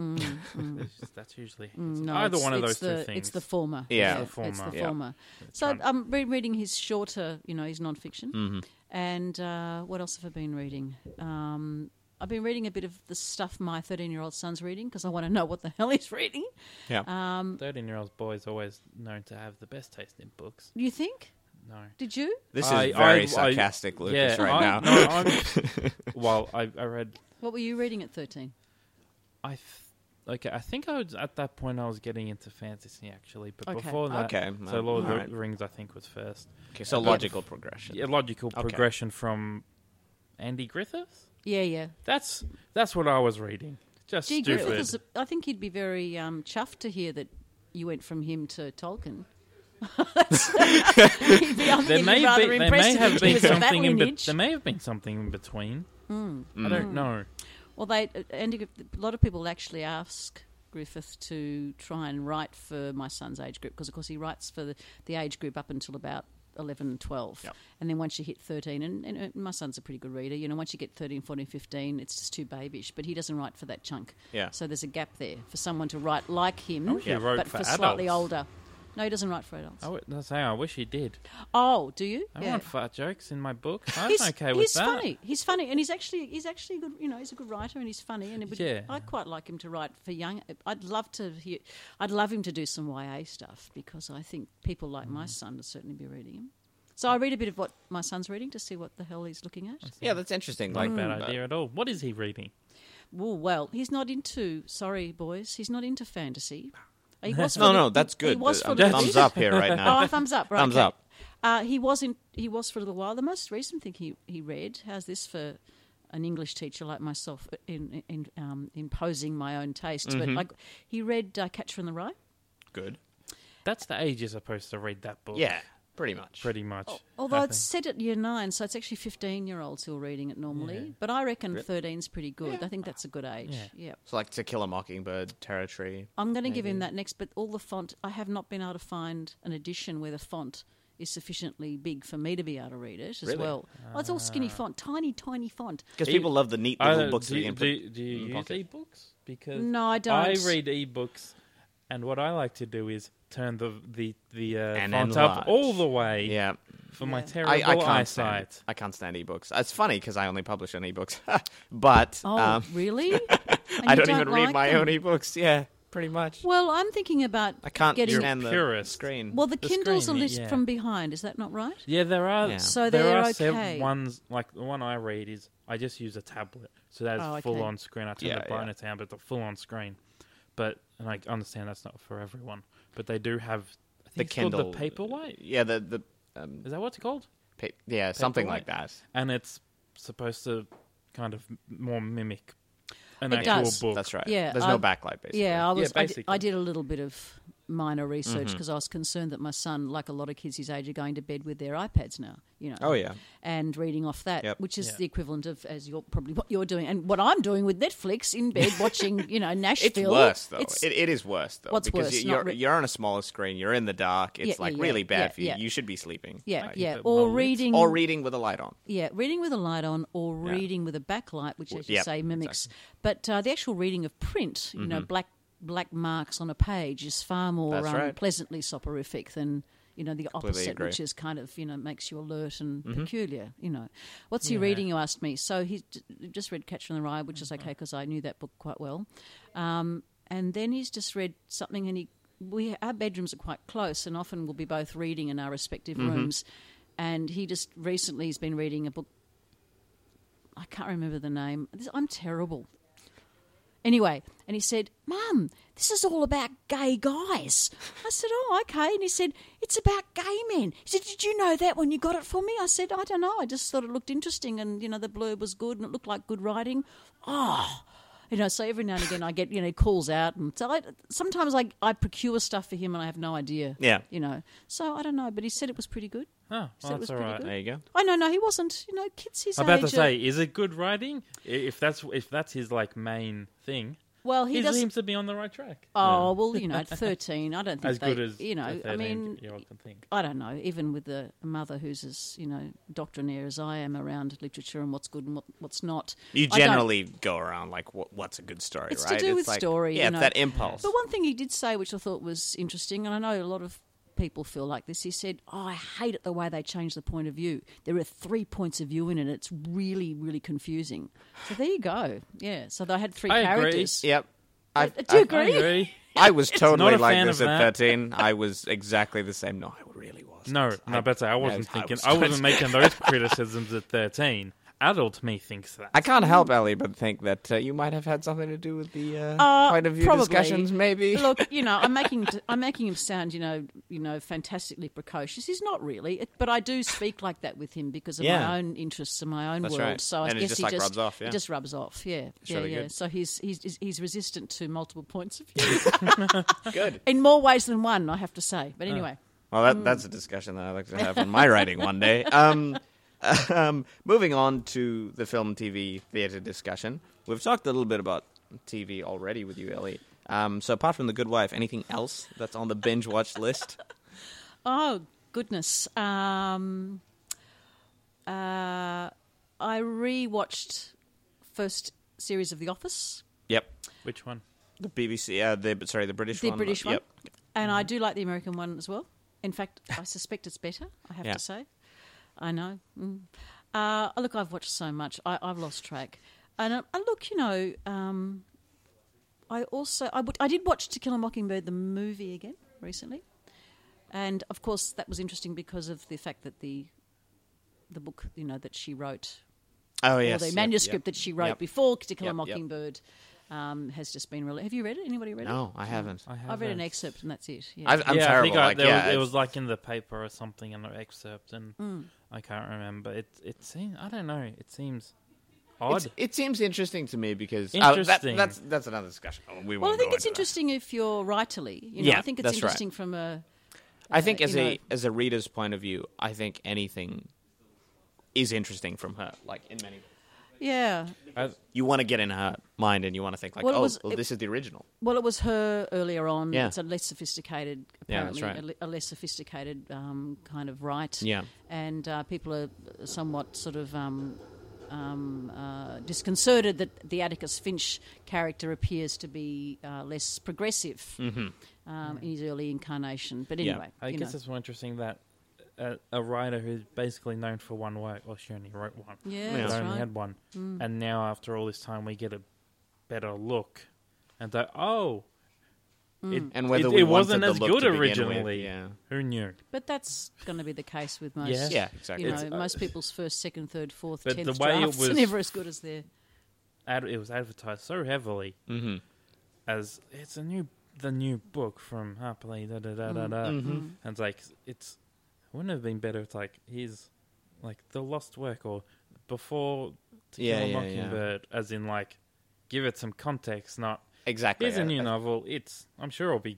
Speaker 2: *laughs*
Speaker 3: Mm,
Speaker 2: It's just- That's usually it's
Speaker 3: Hmm. No,
Speaker 2: either
Speaker 3: it's-
Speaker 2: one of
Speaker 3: it's
Speaker 2: those
Speaker 3: the,
Speaker 2: two things.
Speaker 3: It's the former.
Speaker 4: Yeah.
Speaker 2: It's the
Speaker 3: It's the
Speaker 2: former.
Speaker 4: Yeah.
Speaker 3: former. So
Speaker 2: trying-
Speaker 3: I'm re- reading his shorter, you know, his non-fiction.
Speaker 1: Mm-hmm.
Speaker 3: And uh, what else have I been reading? Um, I've been reading a bit of the stuff my 13-year-old son's reading because I want to know what the *laughs* hell he's reading. Um,
Speaker 2: Thirteen-year-old boys always known to have the best taste in books.
Speaker 3: Do you think?
Speaker 2: No.
Speaker 3: Did you?
Speaker 1: This
Speaker 2: I-
Speaker 1: is very
Speaker 2: I- I-
Speaker 1: sarcastic, Lucas,
Speaker 2: yeah,
Speaker 1: right
Speaker 2: I,
Speaker 1: now.
Speaker 2: No,
Speaker 1: *laughs*
Speaker 2: I'm- well, I, I read.
Speaker 3: What were you reading at 13?
Speaker 2: I th- okay. I think I was at that point. I was getting into fantasy actually, but
Speaker 3: Okay.
Speaker 2: before that,
Speaker 1: Okay,
Speaker 2: so Lord of the
Speaker 1: alright.
Speaker 2: Rings, I think, was first.
Speaker 4: Okay, so logical progression.
Speaker 2: Yeah, logical
Speaker 1: Okay.
Speaker 2: progression from Andy Griffith.
Speaker 3: Yeah, yeah.
Speaker 2: That's that's what I was reading. Just
Speaker 3: Gee,
Speaker 2: stupid.
Speaker 3: Griffith is. A, I think he'd be very um, chuffed to hear that you went from him
Speaker 2: *laughs*
Speaker 3: to Tolkien. *laughs* he'd be, I think
Speaker 2: there
Speaker 3: he'd
Speaker 2: may
Speaker 3: be rather
Speaker 2: be, there
Speaker 3: impressed
Speaker 2: may
Speaker 3: if
Speaker 2: have
Speaker 3: it
Speaker 2: been
Speaker 3: was of that
Speaker 2: something in be-
Speaker 3: lineage. Hmm.
Speaker 2: there may have been something in between.
Speaker 1: Mm-hmm,
Speaker 2: I don't know.
Speaker 3: Well, they uh, Andy, Griffith- a lot of people actually ask Griffith to try and write for my son's age group because, of course, he writes for the, the age group up until about. 11 and 12
Speaker 1: Yep.
Speaker 3: and then once you hit 13 and, and uh, my son's a pretty good reader you know once you get 13 14 15 it's just too babish but he doesn't write for that chunk
Speaker 1: Yeah.
Speaker 3: so there's a gap there for someone to write like him
Speaker 2: wish Oh, he wrote
Speaker 3: but
Speaker 2: for
Speaker 3: for, slightly
Speaker 2: adults.
Speaker 3: older no he doesn't write for adults
Speaker 2: I w- that's how I wish he did.
Speaker 3: oh do you
Speaker 2: I
Speaker 3: Yeah.
Speaker 2: want fat jokes in my book.
Speaker 3: *laughs*
Speaker 2: I'm
Speaker 3: he's,
Speaker 2: okay with
Speaker 3: he's
Speaker 2: that.
Speaker 3: funny. He's funny, and he's actually he's actually a good. You know, he's a good writer, and he's funny. And it would,
Speaker 2: Yeah.
Speaker 3: I quite like him to write for young. I'd love to hear. I'd love him to do some YA stuff because I think people like
Speaker 1: Mm.
Speaker 3: my son would certainly be reading him. So I read a bit of what my son's reading to see what the hell he's looking at.
Speaker 1: Yeah, that's interesting.
Speaker 2: Not
Speaker 1: Like,
Speaker 2: a bad
Speaker 1: uh,
Speaker 2: idea at all. What is he reading?
Speaker 3: Well, well, he's not into. Sorry, boys, he's not into fantasy. He
Speaker 1: *laughs*
Speaker 3: was
Speaker 1: No,
Speaker 3: for
Speaker 1: no,
Speaker 3: the-
Speaker 1: that's
Speaker 3: He
Speaker 1: good.
Speaker 3: was
Speaker 1: Uh,
Speaker 3: for the
Speaker 1: Thumbs up here right
Speaker 3: Oh,
Speaker 1: now.
Speaker 3: a thumbs up, *laughs* right?
Speaker 1: Thumbs
Speaker 3: okay.
Speaker 1: up.
Speaker 3: Uh, he was in. He was for a little while. The most recent thing he, he read. How's this for an English teacher like myself in in um, imposing my own taste?
Speaker 1: Mm-hmm.
Speaker 3: But like, he read uh, Catcher in the Rye.
Speaker 1: Good.
Speaker 2: That's the age you're supposed to read that book.
Speaker 1: Yeah, pretty much.
Speaker 2: pretty much.
Speaker 3: Although
Speaker 2: I
Speaker 3: it's set at year nine, so it's actually fifteen year olds who are reading it normally. But I reckon thirteen's pretty good. I think that's a good age.
Speaker 2: Yeah.
Speaker 3: Yep.
Speaker 1: So like To Kill a Mockingbird territory.
Speaker 3: I'm going to give him that next, but all the font, I have not been able to find an edition where the font is sufficiently big for me to be able to read it as
Speaker 1: Really? Ah.
Speaker 3: well. Oh, it's all skinny font, tiny, tiny font.
Speaker 1: Because
Speaker 2: E-
Speaker 1: people love the neat
Speaker 2: I
Speaker 1: little
Speaker 2: don't-
Speaker 1: books
Speaker 2: do,
Speaker 1: that you
Speaker 2: you-
Speaker 1: can put
Speaker 2: do, do you
Speaker 1: in
Speaker 2: use
Speaker 1: pocket.
Speaker 2: ebooks? Because
Speaker 3: No, I don't.
Speaker 2: I read ebooks, and what I like to do is turn the the the uh,
Speaker 1: And
Speaker 2: font up
Speaker 1: enlarge.
Speaker 2: all the way
Speaker 1: Yeah,
Speaker 2: for my
Speaker 3: Yeah.
Speaker 2: terrible
Speaker 1: I, I can't stand.
Speaker 2: eyesight.
Speaker 1: I can't stand ebooks. It's funny because I only publish on ebooks, *laughs* but
Speaker 3: Oh,
Speaker 1: um, *laughs*
Speaker 3: really? And
Speaker 1: I
Speaker 3: you
Speaker 1: don't, even read
Speaker 3: like
Speaker 1: my
Speaker 3: them?
Speaker 1: own e- ebooks. Yeah, pretty much.
Speaker 3: Well, I'm thinking about
Speaker 1: I can't
Speaker 3: getting.
Speaker 1: stand the
Speaker 2: purist.
Speaker 1: screen.
Speaker 3: well, the,
Speaker 2: the
Speaker 3: Kindles
Speaker 2: screen,
Speaker 3: are lit
Speaker 2: yeah.
Speaker 3: from behind. Is that not right?
Speaker 2: Yeah, there are.
Speaker 1: Yeah.
Speaker 3: So
Speaker 2: there
Speaker 3: they're
Speaker 2: are
Speaker 3: okay.
Speaker 2: sev- ones like the one I read is I just use a tablet, so that's
Speaker 3: Oh, okay.
Speaker 2: full on screen. I turn
Speaker 1: Yeah,
Speaker 2: the
Speaker 1: yeah.
Speaker 2: brightness down, but the full on screen. But and I understand that's not for everyone, but they do have I think
Speaker 1: the
Speaker 2: it's
Speaker 1: Kindle,
Speaker 2: called the paperweight.
Speaker 1: Yeah, the the um,
Speaker 2: Is that what it's called?
Speaker 1: pa- yeah something
Speaker 2: Paperweight.
Speaker 1: like that.
Speaker 2: And it's supposed to kind of m- more mimic an
Speaker 3: It
Speaker 2: actual
Speaker 3: does.
Speaker 2: book.
Speaker 1: That's right.
Speaker 3: Yeah,
Speaker 1: there's
Speaker 3: I-
Speaker 1: no backlight basically. Mm-hmm.
Speaker 3: Yeah, I was. I, did, I
Speaker 2: basically.
Speaker 3: did a little bit of minor research because I was concerned that my son, like a lot of kids his age, are going to bed with their iPads now. You know.
Speaker 1: Oh yeah.
Speaker 3: and reading off that,
Speaker 1: Yep.
Speaker 3: which is
Speaker 2: Yeah.
Speaker 3: the equivalent of as you're probably what you're doing and what I'm doing with Netflix
Speaker 1: *laughs*
Speaker 3: in bed watching, you know, Nashville.
Speaker 1: It's worse though.
Speaker 3: It's-
Speaker 1: it, it is worse though.
Speaker 3: What's
Speaker 1: because
Speaker 3: worse?
Speaker 1: You're,
Speaker 3: Not re-
Speaker 1: you're on a smaller screen. You're in the dark. It's
Speaker 3: Yeah, yeah,
Speaker 1: like
Speaker 3: yeah,
Speaker 1: really bad
Speaker 3: yeah,
Speaker 1: for you.
Speaker 3: yeah.
Speaker 1: You should be sleeping.
Speaker 3: yeah,
Speaker 1: Like,
Speaker 3: yeah,
Speaker 2: it
Speaker 3: or
Speaker 2: well-lit.
Speaker 3: reading
Speaker 1: Or reading with a light on.
Speaker 3: Yeah, reading with a light on or reading with a backlight, which, as you
Speaker 1: yep,
Speaker 3: say, mimics. But uh, the actual reading of print, you know, black black marks on a page is far more
Speaker 1: Mm-hmm. That's
Speaker 3: um,
Speaker 1: right.
Speaker 3: pleasantly soporific than you know the
Speaker 1: Completely
Speaker 3: opposite,
Speaker 1: agree.
Speaker 3: which is kind of you know makes you alert and
Speaker 4: Mhm.
Speaker 3: peculiar. You know, what's he
Speaker 2: Yeah.
Speaker 3: reading? You asked me. So he j- just read Catcher in the Rye, which is okay because I knew that book quite well. Um, and then he's just read something, and he we our bedrooms are quite close, and often we'll be both reading in our respective rooms. And he just recently has been reading a book. I can't remember the name. This- I'm terrible. Anyway, and he said, Mum, this is all about gay guys. I said, Oh, okay. And he said, It's about gay men. He said, Did you know that when you got it for me? I said, I don't know. I just thought it looked interesting and, you know, the blurb was good and it looked like good writing. Oh, you know, so every now and again I get, you know, he calls out. And so I, sometimes I, I procure stuff for him and I have no idea,
Speaker 1: Yeah.
Speaker 3: you know. So I don't know, but he said it was pretty good.
Speaker 2: Oh,
Speaker 3: So it
Speaker 2: well,
Speaker 3: was
Speaker 2: that's all
Speaker 3: pretty
Speaker 2: right.
Speaker 3: good. uh,
Speaker 1: There you go.
Speaker 3: I no, no, he wasn't. You know, kids his
Speaker 2: I'm about
Speaker 3: age.
Speaker 2: to
Speaker 3: are-
Speaker 2: say, is it good writing? I- If that's if that's his like main thing,
Speaker 3: well, he
Speaker 2: he,
Speaker 3: does.
Speaker 2: seems to be on the right track.
Speaker 3: Oh well, you know,
Speaker 2: *laughs*
Speaker 3: at thirteen, I don't think
Speaker 2: As
Speaker 3: they,
Speaker 2: good as
Speaker 3: you know. I mean,
Speaker 2: year old can think.
Speaker 3: I don't know. Even with a a mother who's as you know doctrinaire as I am around literature and what's good and what, what's not.
Speaker 1: You
Speaker 3: I don't-
Speaker 1: generally go around like, what, what's a good story,
Speaker 3: It's to
Speaker 1: right?
Speaker 3: do with story,
Speaker 1: Yeah,
Speaker 3: you
Speaker 1: it's
Speaker 3: know.
Speaker 1: that impulse.
Speaker 3: But one thing he did say, which I thought was interesting, and I know a lot of people feel like this, he said, oh, I hate it the way they change the point of view. There are three points of view in it. It's really, really confusing. So there you go. Yeah. So they had three
Speaker 2: I agree.
Speaker 3: characters. Uh,
Speaker 1: Yep. I,
Speaker 3: Do you
Speaker 1: I,
Speaker 3: agree?
Speaker 2: I
Speaker 3: *laughs*
Speaker 2: agree.
Speaker 1: I was totally
Speaker 2: not a
Speaker 1: like
Speaker 2: fan
Speaker 1: this
Speaker 2: of
Speaker 1: at
Speaker 2: that.
Speaker 1: 13. I was exactly the same. No, I really was.
Speaker 2: No, no, but I wasn't
Speaker 1: I
Speaker 2: thinking.
Speaker 1: was
Speaker 2: I, wasn't
Speaker 1: twenty.
Speaker 2: making those criticisms at thirteen. Adult me thinks that.
Speaker 1: I can't help, Ellie, but think that uh, you might have had something to do with the uh,
Speaker 3: Uh,
Speaker 1: point of view
Speaker 3: probably.
Speaker 1: discussions, maybe. *laughs*
Speaker 3: Look, you know, I'm making I'm making him sound, you know, you know, fantastically precocious. He's not really, it- but I do speak like that with him because of
Speaker 1: Yeah.
Speaker 3: my own interests and my own
Speaker 1: That's
Speaker 3: world.
Speaker 1: right.
Speaker 3: So I
Speaker 1: And it
Speaker 3: guess
Speaker 1: just,
Speaker 3: he
Speaker 1: like,
Speaker 3: just
Speaker 1: rubs off, yeah.
Speaker 3: it just rubs off. Yeah, yeah,
Speaker 1: really
Speaker 3: yeah.
Speaker 1: good.
Speaker 3: So he's he's he's resistant to multiple points of view
Speaker 1: Good.
Speaker 3: in more ways than one, I have to say. But anyway,
Speaker 1: Well, that,
Speaker 3: Mm.
Speaker 1: that's a discussion that I'd like to have in my writing one day.
Speaker 3: *laughs*
Speaker 1: Um, um, moving on to the film, TV, theatre discussion. We've talked a little bit about TV already with you, Ellie. Um, so apart from The Good Wife, anything else that's on the binge watch
Speaker 3: *laughs*
Speaker 1: list?
Speaker 3: oh goodness, um, uh, I rewatched first series of The Office.
Speaker 1: Yep.
Speaker 2: Which one?
Speaker 1: The BBC, uh, the sorry, the British
Speaker 3: the
Speaker 1: one.
Speaker 3: British one,
Speaker 1: Yep.
Speaker 3: and
Speaker 1: Mm-hmm.
Speaker 3: I do like the American one as well.
Speaker 1: *laughs*
Speaker 3: In fact, I suspect it's better. I have
Speaker 1: Yeah.
Speaker 3: to say, I know. Mm. Uh, look, I've watched so much, I, I've lost track. And uh, uh, look, you know, um, I also I would- I did watch To Kill a Mockingbird the movie again recently, and of course that was interesting because of the fact that the the book you know that she wrote
Speaker 1: Oh
Speaker 3: or
Speaker 1: yes.
Speaker 3: the
Speaker 1: yep,
Speaker 3: manuscript
Speaker 1: yep.
Speaker 3: that she wrote
Speaker 1: Yep.
Speaker 3: before To Kill
Speaker 1: Yep,
Speaker 3: a
Speaker 1: yep.
Speaker 3: Mockingbird um, has just been released. Have you read it? Anybody read it?
Speaker 1: No, I haven't.
Speaker 2: I have
Speaker 3: I've read an excerpt and that's it. Yeah.
Speaker 1: I've, I'm
Speaker 2: yeah,
Speaker 1: terrible.
Speaker 2: I think I,
Speaker 1: like,
Speaker 2: there
Speaker 1: yeah,
Speaker 2: was, it
Speaker 1: it's-
Speaker 2: was like in the paper or something in the excerpt, and
Speaker 3: Mm.
Speaker 2: I can't remember. It it seems I don't know. It seems odd.
Speaker 1: It's- It seems interesting to me because Uh, that,
Speaker 2: Interesting.
Speaker 1: that's that's another discussion. Oh, We
Speaker 3: well, I
Speaker 1: won't
Speaker 3: think
Speaker 1: go
Speaker 3: it's
Speaker 1: into that.
Speaker 3: interesting if you're writerly. You know,
Speaker 1: Yeah,
Speaker 3: I think it's
Speaker 1: that's right.
Speaker 3: interesting from a.
Speaker 1: I think as
Speaker 3: Uh, you
Speaker 1: a
Speaker 3: know.
Speaker 1: as a reader's point of view, I think anything is interesting from her. Like in many,
Speaker 3: Yeah.
Speaker 2: I,
Speaker 1: you want to get in her mind and you want to think like,
Speaker 3: Well, it
Speaker 1: oh,
Speaker 3: was-
Speaker 1: well,
Speaker 3: it-
Speaker 1: this is the original.
Speaker 3: Well, it was her earlier on.
Speaker 1: Yeah.
Speaker 3: It's a less sophisticated,
Speaker 1: Yeah, that's
Speaker 3: apparently, a le- a, less sophisticated um, kind of right.
Speaker 1: Yeah.
Speaker 3: And uh, people are somewhat sort of um, um, uh, disconcerted that the Atticus Finch character appears to be uh, less progressive um, in his early incarnation. But
Speaker 1: Mm-hmm. Yeah.
Speaker 3: anyway,
Speaker 2: I
Speaker 3: you
Speaker 2: guess
Speaker 3: know.
Speaker 2: it's more interesting that a, a writer who's basically known for one work, well, she only wrote one.
Speaker 3: yeah,
Speaker 1: Yeah.
Speaker 2: They
Speaker 3: that's
Speaker 2: only
Speaker 3: right. Mm.
Speaker 2: had one. And now, after all this time, we get a better look. And they, oh,
Speaker 3: Mm.
Speaker 2: it,
Speaker 1: And whether
Speaker 2: it,
Speaker 1: we
Speaker 2: it wasn't
Speaker 1: wanted the look
Speaker 2: as good
Speaker 1: to begin with,
Speaker 2: originally.
Speaker 1: yeah.
Speaker 2: Who knew?
Speaker 3: But that's going to be the case with most.
Speaker 2: Yeah.
Speaker 1: Yeah, exactly.
Speaker 3: You know,
Speaker 2: It's, uh,
Speaker 3: most people's first, second, third, fourth,
Speaker 2: but
Speaker 3: tenth
Speaker 2: the way it
Speaker 3: drafts are
Speaker 2: was-
Speaker 3: never as good as their.
Speaker 2: Ad, it was advertised so heavily
Speaker 1: Mm-hmm.
Speaker 2: as it's a new the new book from Harpley. Da da da
Speaker 3: Mm.
Speaker 2: da
Speaker 3: uh,
Speaker 2: da.
Speaker 1: Mm. Mm-hmm.
Speaker 3: mm-hmm.
Speaker 2: And it's like it's wouldn't it have been better. if It's like here's like the lost work or before To Kill
Speaker 1: Yeah, yeah,
Speaker 2: a
Speaker 1: yeah.
Speaker 2: Mockingbird, as in like give it some context, not
Speaker 1: Exactly.
Speaker 2: Here's a
Speaker 1: I-
Speaker 2: new
Speaker 1: I-
Speaker 2: novel. It's I'm sure it'll be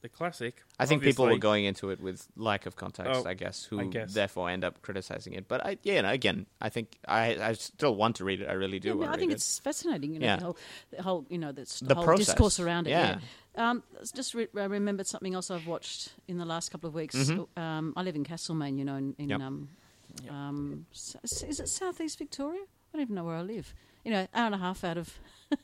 Speaker 2: the classic.
Speaker 1: I think people were
Speaker 2: obviously.
Speaker 1: going into it with lack of context,
Speaker 2: Oh,
Speaker 1: I guess, who
Speaker 2: I guess.
Speaker 1: therefore end up criticizing it. But I, yeah, you know, again, I think I, I still want to read it. I really do.
Speaker 3: Yeah,
Speaker 1: want
Speaker 3: but
Speaker 1: to
Speaker 3: I think
Speaker 1: read
Speaker 3: it's fascinating. You know,
Speaker 1: Yeah.
Speaker 3: the whole, the whole, you know, that's the,
Speaker 1: The
Speaker 3: whole
Speaker 1: process.
Speaker 3: discourse around it.
Speaker 1: Yeah.
Speaker 3: Yeah. Um, s- just re- I remembered something else I've watched in the last couple of weeks.
Speaker 2: Mm-hmm.
Speaker 3: Um, I live in Castlemaine, you know, in, in
Speaker 1: Yep.
Speaker 3: um, um, s- s- is it southeast Victoria? I don't even know where I live. You know, hour and a half out of
Speaker 1: it.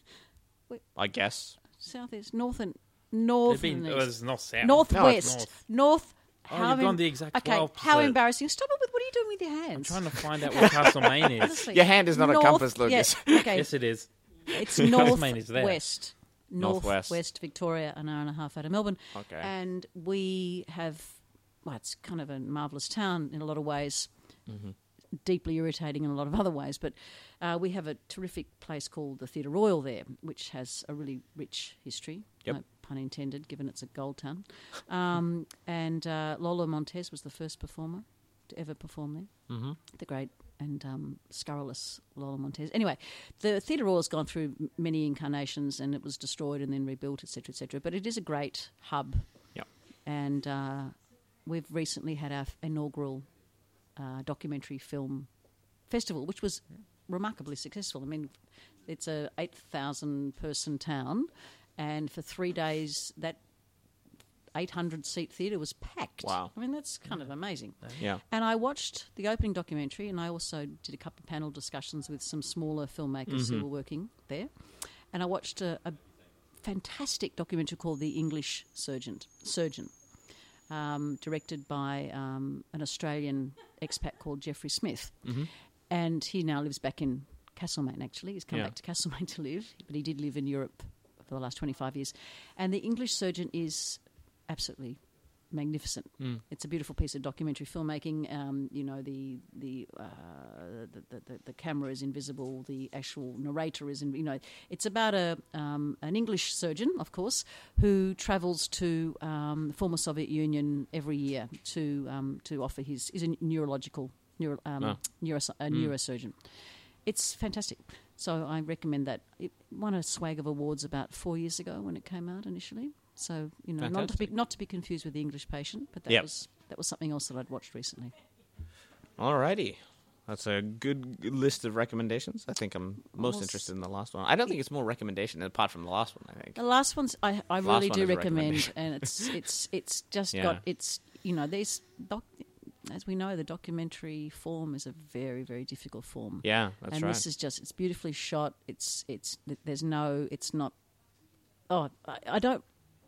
Speaker 1: I guess
Speaker 3: southeast, north and
Speaker 2: They've
Speaker 3: north
Speaker 2: been-
Speaker 3: and
Speaker 2: well,
Speaker 3: east.
Speaker 2: it's not south.
Speaker 3: northwest,
Speaker 2: north.
Speaker 3: north
Speaker 2: Oh, you've gone the exact
Speaker 3: Okay, how
Speaker 2: opposite.
Speaker 3: embarrassing! Stop it with what are you doing with your hands?
Speaker 2: I'm trying to find out what Castlemaine
Speaker 3: *laughs*
Speaker 2: is.
Speaker 3: Honestly,
Speaker 1: Your hand is not a compass, Lucas.
Speaker 3: yeah, okay,
Speaker 2: Yes, it is.
Speaker 3: it's
Speaker 2: Tasmania's there.
Speaker 3: northwest,
Speaker 1: Northwest.
Speaker 3: northwest Victoria, an hour and a half out of Melbourne.
Speaker 1: Okay.
Speaker 3: and we have. Well, it's kind of a marvelous town in a lot of ways. Deeply irritating in a lot of other ways, but uh, we have a terrific place called the Theatre Royal there, which has a really rich history.
Speaker 1: Yep.
Speaker 3: No pun intended, given it's a gold town. Um, and uh, Lola Montez was the first performer to ever perform there the great and um, scurrilous Lola Montez. Anyway, the Theatre Royal has gone through m- many incarnations and it was destroyed and then rebuilt, etc., etc. But it is a great hub.
Speaker 1: Yep.
Speaker 3: And uh, we've recently had our f- inaugural uh, documentary film festival, which was remarkably successful. I mean, it's a 8,000 person town, and for three days, that 800 seat theatre was packed.
Speaker 1: Wow.
Speaker 3: I mean, that's kind of amazing.
Speaker 1: Yeah.
Speaker 3: And I watched the opening documentary, and I also did a couple of panel discussions with some smaller filmmakers who were working there. And I watched a, a fantastic documentary called The English Surgeon, Surgeon um, directed by um, an Australian expat called Jeffrey Smith. And he now lives back in Castlemaine, actually. He's come
Speaker 1: Yeah.
Speaker 3: back to Castlemaine to live, but he did live in Europe for the last 25 years. And the English surgeon is absolutely magnificent. It's a beautiful piece of documentary filmmaking. Um, you know, the the, uh, the, the the the camera is invisible. The actual narrator is, in, you know, it's about a um, an English surgeon, of course, who travels to um, the former Soviet Union every year to um, to offer his is a neurological neuro, um,
Speaker 1: Ah.
Speaker 3: neuros- a neurosurgeon. It's fantastic. So I recommend that. It won a swag of awards about four years ago when it came out initially. So you know, not to be not to be confused with the English Patient, but that
Speaker 1: Yep.
Speaker 3: was that was something else that I'd watched recently.
Speaker 1: Alrighty. That's a good g- list of recommendations. I think I'm most
Speaker 3: Almost-
Speaker 1: interested in the last one. I don't think it's more recommendation apart from the last one, I think.
Speaker 3: The last one's I, I
Speaker 1: Last
Speaker 3: really
Speaker 1: one
Speaker 3: do
Speaker 1: is a
Speaker 3: recommend,
Speaker 1: recommendation. *laughs*
Speaker 3: and it's it's it's just
Speaker 1: Yeah.
Speaker 3: got it's you know these doc, as we know the documentary form is a very very difficult form.
Speaker 1: Yeah, that's
Speaker 3: and
Speaker 1: right.
Speaker 3: this is just it's beautifully shot. It's it's there's no it's not. Oh, I, I don't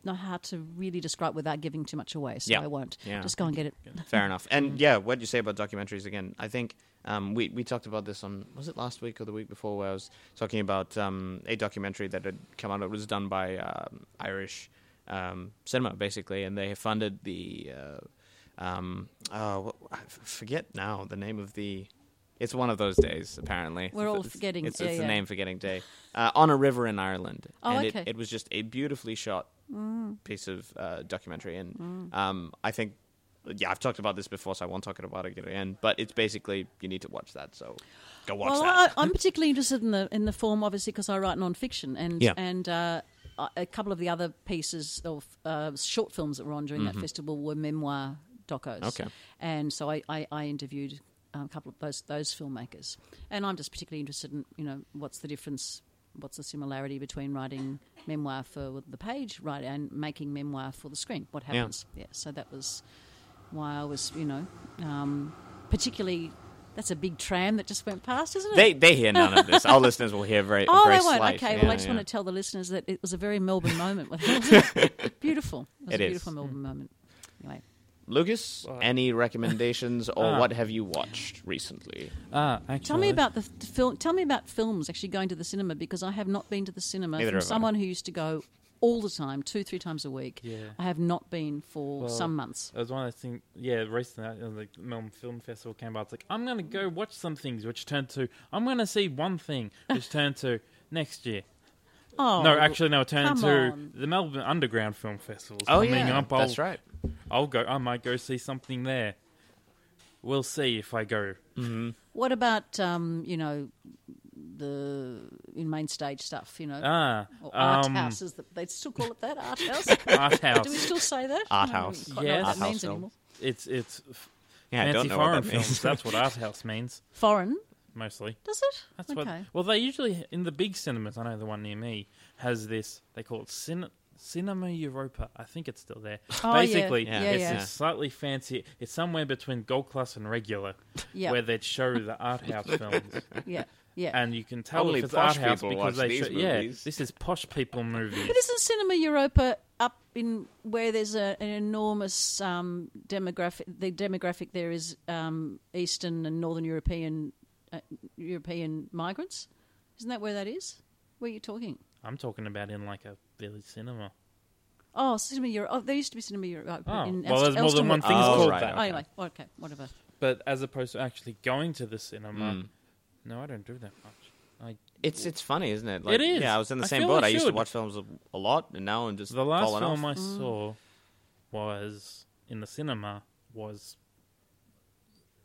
Speaker 3: know how to really describe without giving too much away, so
Speaker 1: Yeah.
Speaker 3: I won't.
Speaker 1: Yeah.
Speaker 3: Just go and get it.
Speaker 1: *laughs* Fair enough. And yeah, what you say about documentaries again? I think um, we we talked about this on was it last week or the week before where I was talking about um, a documentary that had come out. It was done by um, Irish um, cinema basically, and they funded the uh, um, uh, what, I f- forget now the name of the. It's one of those days, apparently.
Speaker 3: We're all
Speaker 1: It's-
Speaker 3: forgetting.
Speaker 1: It's,
Speaker 3: Yeah,
Speaker 1: it's the
Speaker 3: yeah.
Speaker 1: name forgetting day uh, on a river in Ireland,
Speaker 3: Oh,
Speaker 1: and
Speaker 3: okay.
Speaker 1: it, it was just a beautifully shot piece of uh, documentary, and
Speaker 3: Mm.
Speaker 1: um, I think yeah, I've talked about this before, so I won't talk about it again. But it's basically you need to watch that, so go watch
Speaker 3: well, uh,
Speaker 1: that.
Speaker 3: I, I'm particularly interested in the in the form, obviously, because I write nonfiction, and
Speaker 1: Yeah.
Speaker 3: and uh, a- a couple of the other pieces of uh, short films that were on during that festival were memoir docos.
Speaker 1: Mm-hmm. Okay.
Speaker 3: and so I I, I interviewed um, a couple of those those filmmakers, and I'm just particularly interested in you know what's the difference. What's the similarity between writing memoir for the page, right, and making memoir for the screen? What happens? Yeah. So that was why I was, you know, um, particularly. That's a big tram that just went past, isn't it?
Speaker 1: they they hear none of this. Our *laughs* listeners will hear very
Speaker 3: Oh,
Speaker 1: very
Speaker 3: they won't.
Speaker 1: slight.
Speaker 3: Okay.
Speaker 1: Yeah,
Speaker 3: well, I just
Speaker 1: yeah.
Speaker 3: want to tell the listeners that it was a very Melbourne
Speaker 1: *laughs*
Speaker 3: moment. wasn't it? *laughs* beautiful. It was
Speaker 1: It is.
Speaker 3: a
Speaker 1: Mm.
Speaker 3: beautiful Melbourne moment. Anyway,
Speaker 1: Lucas,
Speaker 2: Well, I-
Speaker 1: any recommendations or
Speaker 2: Ah.
Speaker 1: what have you watched recently?
Speaker 2: Ah,
Speaker 3: tell me about the f- film. Tell me about films actually going to the cinema because I have not been to the cinema.
Speaker 1: Neither
Speaker 3: from
Speaker 1: have I.
Speaker 3: someone who used to go all the time, two three times a week.
Speaker 2: Yeah.
Speaker 3: I have not been for
Speaker 2: Well,
Speaker 3: some months.
Speaker 2: It was one of those things. Yeah, recently uh, the Melbourne Film Festival came out. It's like I'm gonna go watch some things, which turned to I'm gonna see one thing,
Speaker 1: *laughs*
Speaker 2: which turned to next year.
Speaker 3: Oh
Speaker 2: no, actually, no, it turned
Speaker 3: come
Speaker 2: to
Speaker 3: on.
Speaker 2: the Melbourne Underground Film Festival's
Speaker 1: Oh
Speaker 2: coming
Speaker 1: yeah,
Speaker 2: up. I'll,
Speaker 1: that's right.
Speaker 2: I'll go. I might go see something there. We'll see if I go.
Speaker 3: What about um, you know the in main stage stuff? You know,
Speaker 1: Uh,
Speaker 2: Ah,
Speaker 3: or art
Speaker 2: um,
Speaker 3: houses. That they still call it
Speaker 1: *laughs*
Speaker 3: that art house.
Speaker 2: art
Speaker 3: Do we
Speaker 2: house.
Speaker 3: still say that?
Speaker 1: Art
Speaker 3: I don't
Speaker 1: house.
Speaker 3: quite know what
Speaker 2: Yes.
Speaker 3: that
Speaker 2: Art house
Speaker 3: means
Speaker 1: film.
Speaker 3: anymore.
Speaker 2: It's it's f-
Speaker 1: Yeah, I
Speaker 2: fancy
Speaker 1: don't know
Speaker 2: foreign
Speaker 1: what that
Speaker 2: films.
Speaker 1: means.
Speaker 2: That's what art house means
Speaker 3: Foreign.
Speaker 2: mostly.
Speaker 3: Does it?
Speaker 2: That's
Speaker 3: okay.
Speaker 2: *laughs* what. Well, they usually in the big cinemas. I know the one near me has this. They call it cin- Cinema Europa. I think it's still there.
Speaker 3: Oh, yeah.
Speaker 2: Basically,
Speaker 1: Yeah,
Speaker 2: it's
Speaker 1: yeah.
Speaker 2: this slightly fancy. It's somewhere between Gold Class and Regular,
Speaker 3: Yeah.
Speaker 1: *laughs*
Speaker 2: where they'd show the art house films. *laughs*
Speaker 3: yeah. Yeah.
Speaker 2: and you can tell
Speaker 1: Only
Speaker 2: if it's
Speaker 1: posh
Speaker 2: art house
Speaker 1: people watch
Speaker 2: because they
Speaker 1: these
Speaker 2: show, yeah,
Speaker 1: movies.
Speaker 2: this is posh people movies. *laughs*
Speaker 3: But isn't Cinema Europa up in where there's a, an enormous um, demographic? The demographic there is um, Eastern and Northern European uh, European migrants. Isn't that where that is? Where are you talking?
Speaker 2: I'm talking about in like a village cinema.
Speaker 3: Oh, Cinema Europa. Oh, there used to be Cinema Europa.
Speaker 2: Oh,
Speaker 3: in
Speaker 2: well, there's more than
Speaker 3: Elsternwood.
Speaker 2: one thing
Speaker 1: Oh,
Speaker 2: called
Speaker 1: right,
Speaker 2: that.
Speaker 3: Oh, anyway, okay, whatever.
Speaker 2: But as opposed to actually going to the cinema,
Speaker 1: Hmm.
Speaker 2: no, I don't do that much. I
Speaker 1: It's it's funny, isn't it? Like,
Speaker 2: is.
Speaker 1: Yeah, I was in the
Speaker 2: I
Speaker 1: same
Speaker 2: feel
Speaker 1: boat.
Speaker 2: we
Speaker 1: I used to
Speaker 2: should.
Speaker 1: watch films a, a lot, and now I'm just
Speaker 2: the last
Speaker 1: falling
Speaker 2: film
Speaker 1: off.
Speaker 2: I saw was in the cinema was.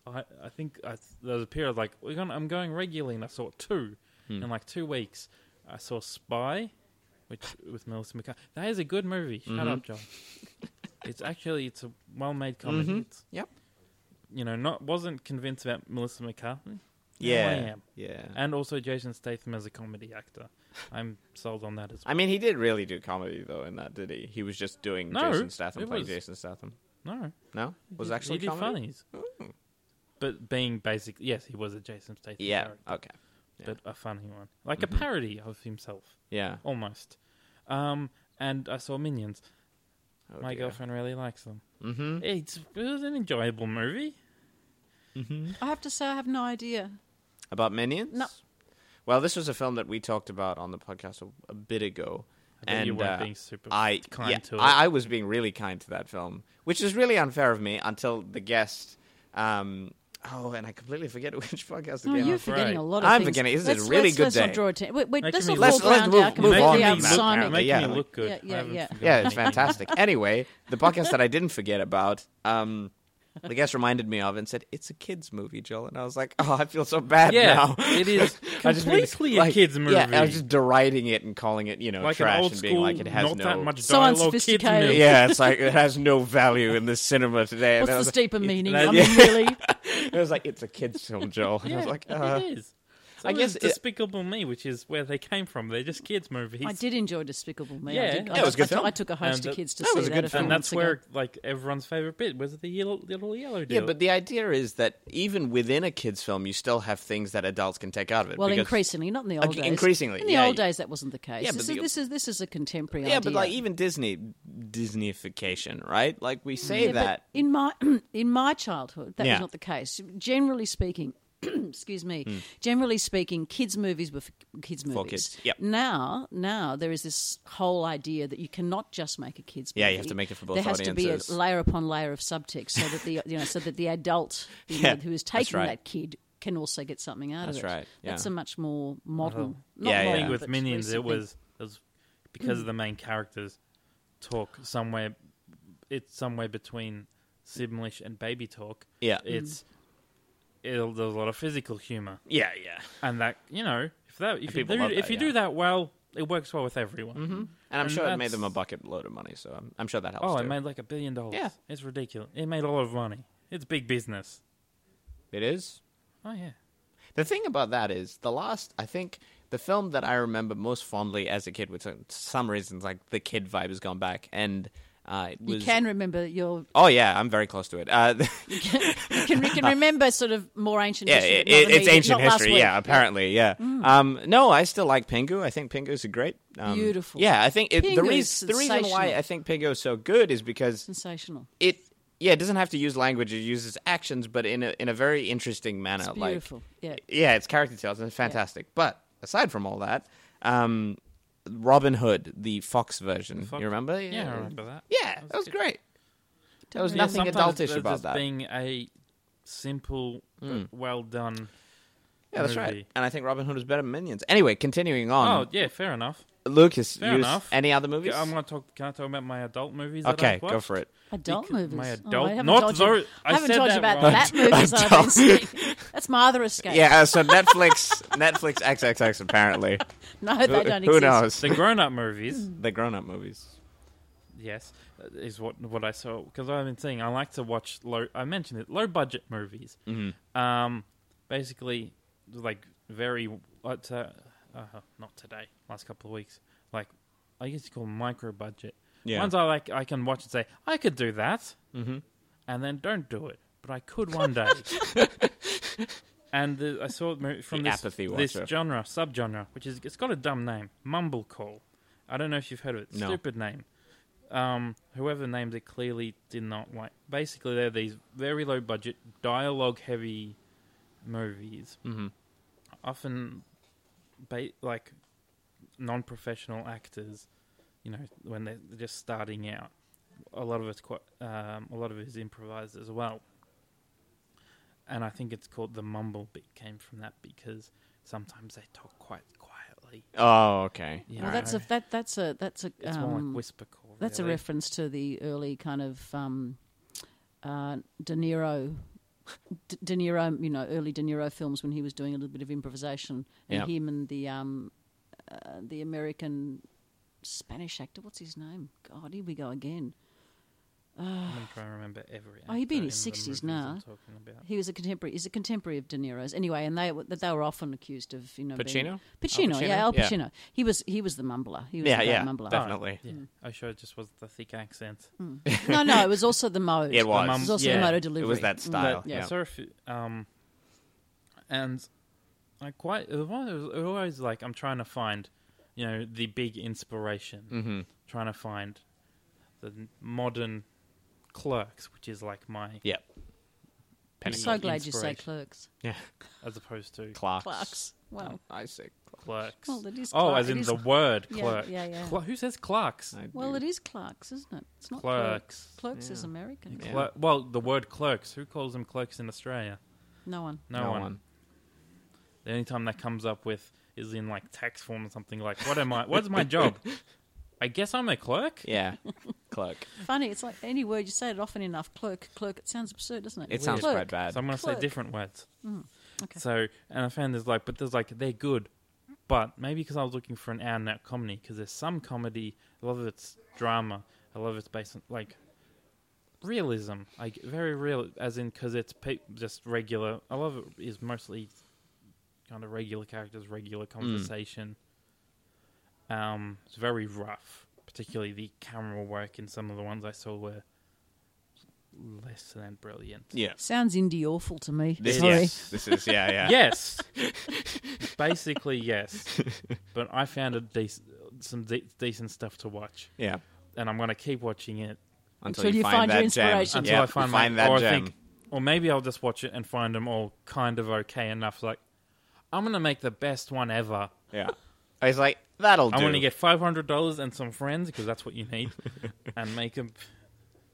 Speaker 2: I, I think I, there was a period like we're gonna, I'm going regularly, and I saw two in like two weeks. I saw Spy, which with Melissa McCarthy. That is a good movie. Shut up, John. it's actually it's a well-made comedy. It's,
Speaker 1: Yep.
Speaker 2: You know, not wasn't convinced about Melissa McCarthy. Now
Speaker 1: yeah,
Speaker 2: I am.
Speaker 1: yeah.
Speaker 2: and also Jason Statham as a comedy actor. I'm sold on that as well.
Speaker 1: I mean, he did really do comedy though in that, did he? He was just doing
Speaker 2: No,
Speaker 1: Jason Statham
Speaker 2: it
Speaker 1: playing
Speaker 2: was-
Speaker 1: Jason Statham.
Speaker 2: No,
Speaker 1: No, was
Speaker 2: he,
Speaker 1: it actually
Speaker 2: he did
Speaker 1: comedy.
Speaker 2: funnies, but being basic, yes, he was a Jason Statham
Speaker 1: Yeah. Mm-hmm.
Speaker 2: character,
Speaker 1: Okay.
Speaker 2: but a funny one, like a parody of himself,
Speaker 1: Yeah.
Speaker 2: almost. Um, and I saw Minions.
Speaker 1: Oh,
Speaker 2: My
Speaker 1: dear.
Speaker 2: girlfriend really likes them.
Speaker 1: Mhm.
Speaker 2: It's, it was an enjoyable movie. Mm-hmm.
Speaker 3: I have to say, I have no idea.
Speaker 1: About minions.
Speaker 3: No.
Speaker 1: Well, this was a film that we talked about on the podcast a, a bit ago,
Speaker 2: I bet
Speaker 1: and
Speaker 2: you weren't
Speaker 1: uh,
Speaker 2: being super
Speaker 1: I
Speaker 2: kind
Speaker 1: yeah,
Speaker 2: to it.
Speaker 1: I, I was being really kind to that film, which is really unfair of me until the guest. Um, oh, and I completely forget *laughs* which podcast
Speaker 3: Oh,
Speaker 1: again.
Speaker 3: you're
Speaker 1: I'm-
Speaker 3: forgetting a
Speaker 2: right.
Speaker 3: lot of
Speaker 1: I'm
Speaker 3: things.
Speaker 1: forgetting. This is a
Speaker 3: Let's-
Speaker 1: really
Speaker 3: let's-
Speaker 1: good
Speaker 3: let's
Speaker 1: day.
Speaker 3: Not draw atten- wait, wait,
Speaker 2: Making
Speaker 3: let's
Speaker 2: me
Speaker 3: not
Speaker 2: look-
Speaker 3: walk
Speaker 1: Let's- let's
Speaker 3: around
Speaker 1: move-
Speaker 3: our
Speaker 1: move on.
Speaker 3: completely out Simon.
Speaker 2: Making
Speaker 1: yeah,
Speaker 2: me
Speaker 1: like-
Speaker 2: look good.
Speaker 3: Yeah,
Speaker 2: I
Speaker 3: yeah,
Speaker 2: haven't
Speaker 3: yeah.
Speaker 2: forgotten
Speaker 1: yeah, it's
Speaker 2: anything.
Speaker 1: fantastic. anyway, the podcast that I didn't forget about, um, the guest reminded me of and said, "It's a kids' movie, Joel," and I was like, "Oh, I feel so bad
Speaker 2: Yeah,
Speaker 1: now."
Speaker 2: it is
Speaker 1: *laughs* I just mean,
Speaker 2: completely a
Speaker 1: like,
Speaker 2: kids' movie.
Speaker 1: Yeah, I was just deriding it and calling it, you know,
Speaker 2: like
Speaker 1: trash
Speaker 2: an old
Speaker 1: and
Speaker 2: school,
Speaker 1: being like, "It has
Speaker 2: not
Speaker 1: no."
Speaker 2: that much
Speaker 3: So
Speaker 2: dialogue. kids
Speaker 3: unsophisticated.
Speaker 1: *laughs*
Speaker 2: movie.
Speaker 1: yeah, it's like it has no value in the cinema today. And I was
Speaker 3: What's this deeper meaning?
Speaker 2: that-
Speaker 3: I mean, really.
Speaker 1: like, it was like it's a kids' film, Joel. And I was like, uh,
Speaker 2: it is.
Speaker 1: I
Speaker 2: I
Speaker 1: guess
Speaker 2: guess
Speaker 1: it-
Speaker 2: Despicable Me, which is where they came from. They're just kids' movies.
Speaker 3: I did enjoy Despicable Me. I
Speaker 2: Yeah.
Speaker 3: did.
Speaker 2: Yeah,
Speaker 3: I,
Speaker 1: it was a good
Speaker 3: I took-
Speaker 1: film.
Speaker 3: I took a host
Speaker 2: And
Speaker 3: of
Speaker 2: that-
Speaker 3: kids to
Speaker 1: that
Speaker 3: see
Speaker 1: was a
Speaker 3: that
Speaker 1: good
Speaker 3: a few
Speaker 1: film.
Speaker 2: and that's
Speaker 3: months ago.
Speaker 2: where like everyone's favorite bit was the yellow, little yellow
Speaker 1: yeah,
Speaker 2: deal.
Speaker 1: but the idea is that even within a kids' film, you still have things that adults can take out of it.
Speaker 3: Well,
Speaker 1: because-
Speaker 3: increasingly, not in the
Speaker 1: Uh,
Speaker 3: old days.
Speaker 1: increasingly,
Speaker 3: in the
Speaker 1: yeah,
Speaker 3: old
Speaker 1: yeah.
Speaker 3: days, that wasn't the case.
Speaker 1: Yeah, but
Speaker 3: this,
Speaker 1: the-
Speaker 3: is, this is this is a contemporary
Speaker 1: Yeah,
Speaker 3: idea.
Speaker 1: but like even Disney, Disneyfication, right? Like we say
Speaker 3: Yeah, but
Speaker 1: that.
Speaker 3: in my *clears throat* in my childhood, that
Speaker 1: Yeah. Hmm.
Speaker 3: was not the case. Generally speaking, *clears throat* excuse me. Generally speaking, kids' movies were for kids' movies.
Speaker 1: kids, yep.
Speaker 3: Now, now there is this whole idea that you cannot just make a kids' movie.
Speaker 1: Yeah, you have to make it for both
Speaker 3: There has
Speaker 1: audiences.
Speaker 3: to be a layer upon layer of subtext, so that the you know, so that the adult
Speaker 1: *laughs*
Speaker 3: you
Speaker 1: Yeah,
Speaker 3: know, who is
Speaker 1: that's
Speaker 3: taking
Speaker 1: right.
Speaker 3: that kid can also get something out
Speaker 1: That's
Speaker 3: of it.
Speaker 1: right,
Speaker 3: That's
Speaker 1: yeah.
Speaker 3: a much more modern. not
Speaker 1: Yeah,
Speaker 2: I
Speaker 3: modern,
Speaker 2: think Uh-huh. with
Speaker 3: but
Speaker 2: Minions, it
Speaker 3: recently-
Speaker 2: was, it was because of the main characters talk somewhere. It's somewhere between Simlish and baby talk.
Speaker 1: Yeah.
Speaker 2: it's it'll, there's a lot of physical humor,
Speaker 1: Yeah, yeah.
Speaker 2: and that you know if that if you
Speaker 1: people
Speaker 2: do,
Speaker 1: love
Speaker 2: if
Speaker 1: that,
Speaker 2: you
Speaker 1: yeah.
Speaker 2: do that well, it works well with everyone.
Speaker 1: And I'm
Speaker 2: And
Speaker 1: sure it made
Speaker 2: that's-
Speaker 1: them a bucket load of money, so I'm, I'm sure that helps.
Speaker 2: Oh,
Speaker 1: too.
Speaker 2: it made like a billion dollars.
Speaker 1: Yeah.
Speaker 2: it's ridiculous. It made a lot of money. It's big business.
Speaker 1: it is.
Speaker 2: Oh yeah.
Speaker 1: The thing about that is the last, I think, the film that I remember most fondly as a kid, which uh, for some reasons, like the kid vibe has gone back, and uh, it
Speaker 3: You
Speaker 1: was.
Speaker 3: can remember your
Speaker 1: Oh yeah, I'm very close to it. Uh, *laughs*
Speaker 3: you *laughs* can, you can remember sort of more ancient
Speaker 1: yeah,
Speaker 3: history.
Speaker 1: it,
Speaker 3: but not the
Speaker 1: it's
Speaker 3: media-
Speaker 1: ancient
Speaker 3: not last
Speaker 1: history.
Speaker 3: week.
Speaker 1: Yeah, apparently, yeah. Um, no, I still like Pingu. I think Pingu's a great, um,
Speaker 3: Beautiful.
Speaker 1: Yeah, I think it, the,
Speaker 3: Pingu
Speaker 1: reas
Speaker 3: is
Speaker 1: the reason why
Speaker 3: sensational.
Speaker 1: I think Pingu is so good is because
Speaker 3: Sensational.
Speaker 1: it yeah it doesn't have to use language it uses actions but in a in a very interesting manner
Speaker 3: It's
Speaker 1: like
Speaker 3: beautiful. yeah.
Speaker 1: yeah it's character details and it's fantastic but aside from all that um robin hood the fox version
Speaker 2: Fox-
Speaker 1: you remember
Speaker 2: Yeah, I remember that.
Speaker 1: yeah that was great there was
Speaker 2: Yeah,
Speaker 1: nothing
Speaker 2: sometimes
Speaker 1: adultish
Speaker 2: there's
Speaker 1: about
Speaker 2: just
Speaker 1: that Mm.
Speaker 2: Being a simple, but well done.
Speaker 1: yeah that's right
Speaker 2: movie.
Speaker 1: and i think robin hood was better than minions anyway continuing on
Speaker 2: Oh yeah, fair enough.
Speaker 1: lucas
Speaker 2: fair
Speaker 1: you-
Speaker 2: enough. um,
Speaker 1: any other movies
Speaker 2: I'm gonna talk. Can I talk about my adult movies? that
Speaker 1: okay
Speaker 2: I've
Speaker 1: go
Speaker 2: watched?
Speaker 1: for it
Speaker 3: Adult
Speaker 2: Becau-
Speaker 3: movies.
Speaker 2: my
Speaker 3: Oh,
Speaker 2: adult-
Speaker 3: I haven't
Speaker 2: not
Speaker 3: told you,
Speaker 2: those- I
Speaker 3: I haven't
Speaker 2: said
Speaker 3: told
Speaker 2: that
Speaker 3: you about
Speaker 2: wrong.
Speaker 1: *laughs*
Speaker 3: that movies I've been seeing. That's my other escape.
Speaker 1: yeah uh, so netflix *laughs* netflix xxx apparently
Speaker 3: No, they
Speaker 1: who,
Speaker 3: don't
Speaker 1: who
Speaker 3: exist.
Speaker 1: knows
Speaker 2: The grown-up
Speaker 3: *laughs*
Speaker 2: movies,
Speaker 1: the grown-up movies
Speaker 2: yes, uh, is what what I saw because I've been seeing. I like to watch low. I mentioned it, low budget movies. Um, basically, like very like to, uh, not today. Last couple of weeks, like I guess you call them micro budget.
Speaker 1: Yeah.
Speaker 2: Ones I like, I can watch and say I could do
Speaker 1: *laughs*
Speaker 2: that, mm-hmm. and then don't do it, but I could one day. And the, I saw it mo- from
Speaker 1: The
Speaker 2: this,
Speaker 1: apathy
Speaker 2: this
Speaker 1: watcher.
Speaker 2: genre, subgenre, which is it's got a dumb name, mumblecore. I don't know if you've heard of it.
Speaker 1: No.
Speaker 2: Stupid name. Um, whoever named it clearly did not like. Basically, they're these very low budget, dialogue heavy movies,
Speaker 1: Mm-hmm.
Speaker 2: often ba- like non professional actors. You know, when they're they're just starting out, a lot of it's quite um, a lot of it is improvised as well. And I think it's called the mumble bit came from that because sometimes they talk quite quietly.
Speaker 1: Oh, okay.
Speaker 2: you
Speaker 3: Well, that's a
Speaker 2: know.
Speaker 3: that that's a that's a
Speaker 2: it's more
Speaker 3: um,
Speaker 2: like whisper call.
Speaker 3: that's a
Speaker 2: really.
Speaker 3: reference to the early kind of um, uh, De Niro. D- De Niro, you know, early De Niro films when he was doing a little bit of improvisation, and
Speaker 1: Yep.
Speaker 3: him and the um, uh, the American Spanish actor, what's his name? God, here we go again. Uh,
Speaker 2: I'm gonna try and remember every.
Speaker 3: Oh, he'd be in
Speaker 2: actor
Speaker 3: his
Speaker 2: the
Speaker 3: 60s
Speaker 2: movies I'm
Speaker 3: now.
Speaker 2: talking about.
Speaker 3: He was a contemporary. He's a contemporary of De Niro's. Anyway, and they were- that they were often accused of you know being-
Speaker 1: Pacino?
Speaker 3: Pacino,
Speaker 1: Al Pacino?
Speaker 3: yeah, Al
Speaker 1: Yeah.
Speaker 3: Pacino. He was he was the mumbler. He was
Speaker 1: Yeah,
Speaker 3: the great
Speaker 1: yeah,
Speaker 3: mumbler.
Speaker 1: definitely.
Speaker 3: Hmm.
Speaker 2: Yeah, I sure it just was the thick accent.
Speaker 3: no, no, it was also the mode.
Speaker 1: It was.
Speaker 3: It was also
Speaker 2: Yeah.
Speaker 3: the mode of
Speaker 2: It
Speaker 1: It
Speaker 3: delivery.
Speaker 1: was that style.
Speaker 2: But, yeah,
Speaker 1: yeah.
Speaker 2: sorry if you- um, and I quite it was one of those- it was always like I'm trying to find, you know, the big inspiration,
Speaker 1: mm-hmm.
Speaker 2: trying to find the n- modern clerks, which is like my
Speaker 1: Yep.
Speaker 3: I'm
Speaker 2: big
Speaker 3: so glad you say
Speaker 2: inspiration,
Speaker 3: clerks.
Speaker 1: Yeah.
Speaker 2: as opposed to
Speaker 1: Clocks. Oh,
Speaker 3: Clerks. Wow.
Speaker 1: I say clocks.
Speaker 2: clerks.
Speaker 3: Well, it is.
Speaker 2: oh,
Speaker 3: clerk-
Speaker 2: as
Speaker 3: it
Speaker 2: in
Speaker 3: is
Speaker 2: the word
Speaker 3: yeah,
Speaker 2: clerk.
Speaker 3: yeah, yeah.
Speaker 2: Cl- who says clerks?
Speaker 1: I
Speaker 3: Well,
Speaker 1: do.
Speaker 3: it is clerks, isn't it? It's not clerks.
Speaker 2: clerks.
Speaker 3: Clerks is
Speaker 1: Yeah.
Speaker 3: American.
Speaker 1: Yeah.
Speaker 2: Cler- well, the word clerks. Who calls them clerks in Australia?
Speaker 3: No one.
Speaker 2: No, one. The only time that comes up with is in like tax form or something like, what am I? What's my job? I guess I'm a clerk.
Speaker 1: Yeah. *laughs* Clerk.
Speaker 3: Funny, it's like any word you say it often enough. Clerk, clerk. It sounds absurd, doesn't it?
Speaker 1: It sounds
Speaker 3: clerk.
Speaker 1: quite bad.
Speaker 2: So I'm going to say
Speaker 3: Clerk.
Speaker 2: different words.
Speaker 3: okay.
Speaker 2: So, and I found there's like, but there's like, they're good. But maybe because I was looking for an hour out comedy, because there's some comedy, a lot of it's drama, a lot of it's based on like realism, like very real, as in because it's pe- just regular. A lot of it is mostly kind of regular characters, regular conversation. Um, it's very rough, particularly the camera work in some of the ones I saw were less than brilliant.
Speaker 1: Yeah.
Speaker 3: Sounds indie awful to me.
Speaker 1: This,
Speaker 3: Sorry.
Speaker 1: yes. This is, yeah,
Speaker 2: *laughs*
Speaker 1: yeah. *laughs*
Speaker 2: Yes. Basically, yes. But I found a dec- some de- decent stuff to watch,
Speaker 1: Yeah.
Speaker 2: and I'm going to keep watching it
Speaker 1: Until,
Speaker 3: Until
Speaker 1: you,
Speaker 3: you
Speaker 1: find
Speaker 3: find your
Speaker 1: that gem.
Speaker 3: inspiration.
Speaker 2: until
Speaker 1: yeah.
Speaker 2: I find,
Speaker 1: find
Speaker 2: my,
Speaker 1: that
Speaker 2: or I
Speaker 1: gem.
Speaker 2: think, or maybe I'll just watch it and find them all kind of okay enough. Like, I'm going to make the best one ever.
Speaker 1: Yeah. I was like, that'll do.
Speaker 2: I'm going to get five hundred dollars and some friends because that's what you need, and make them.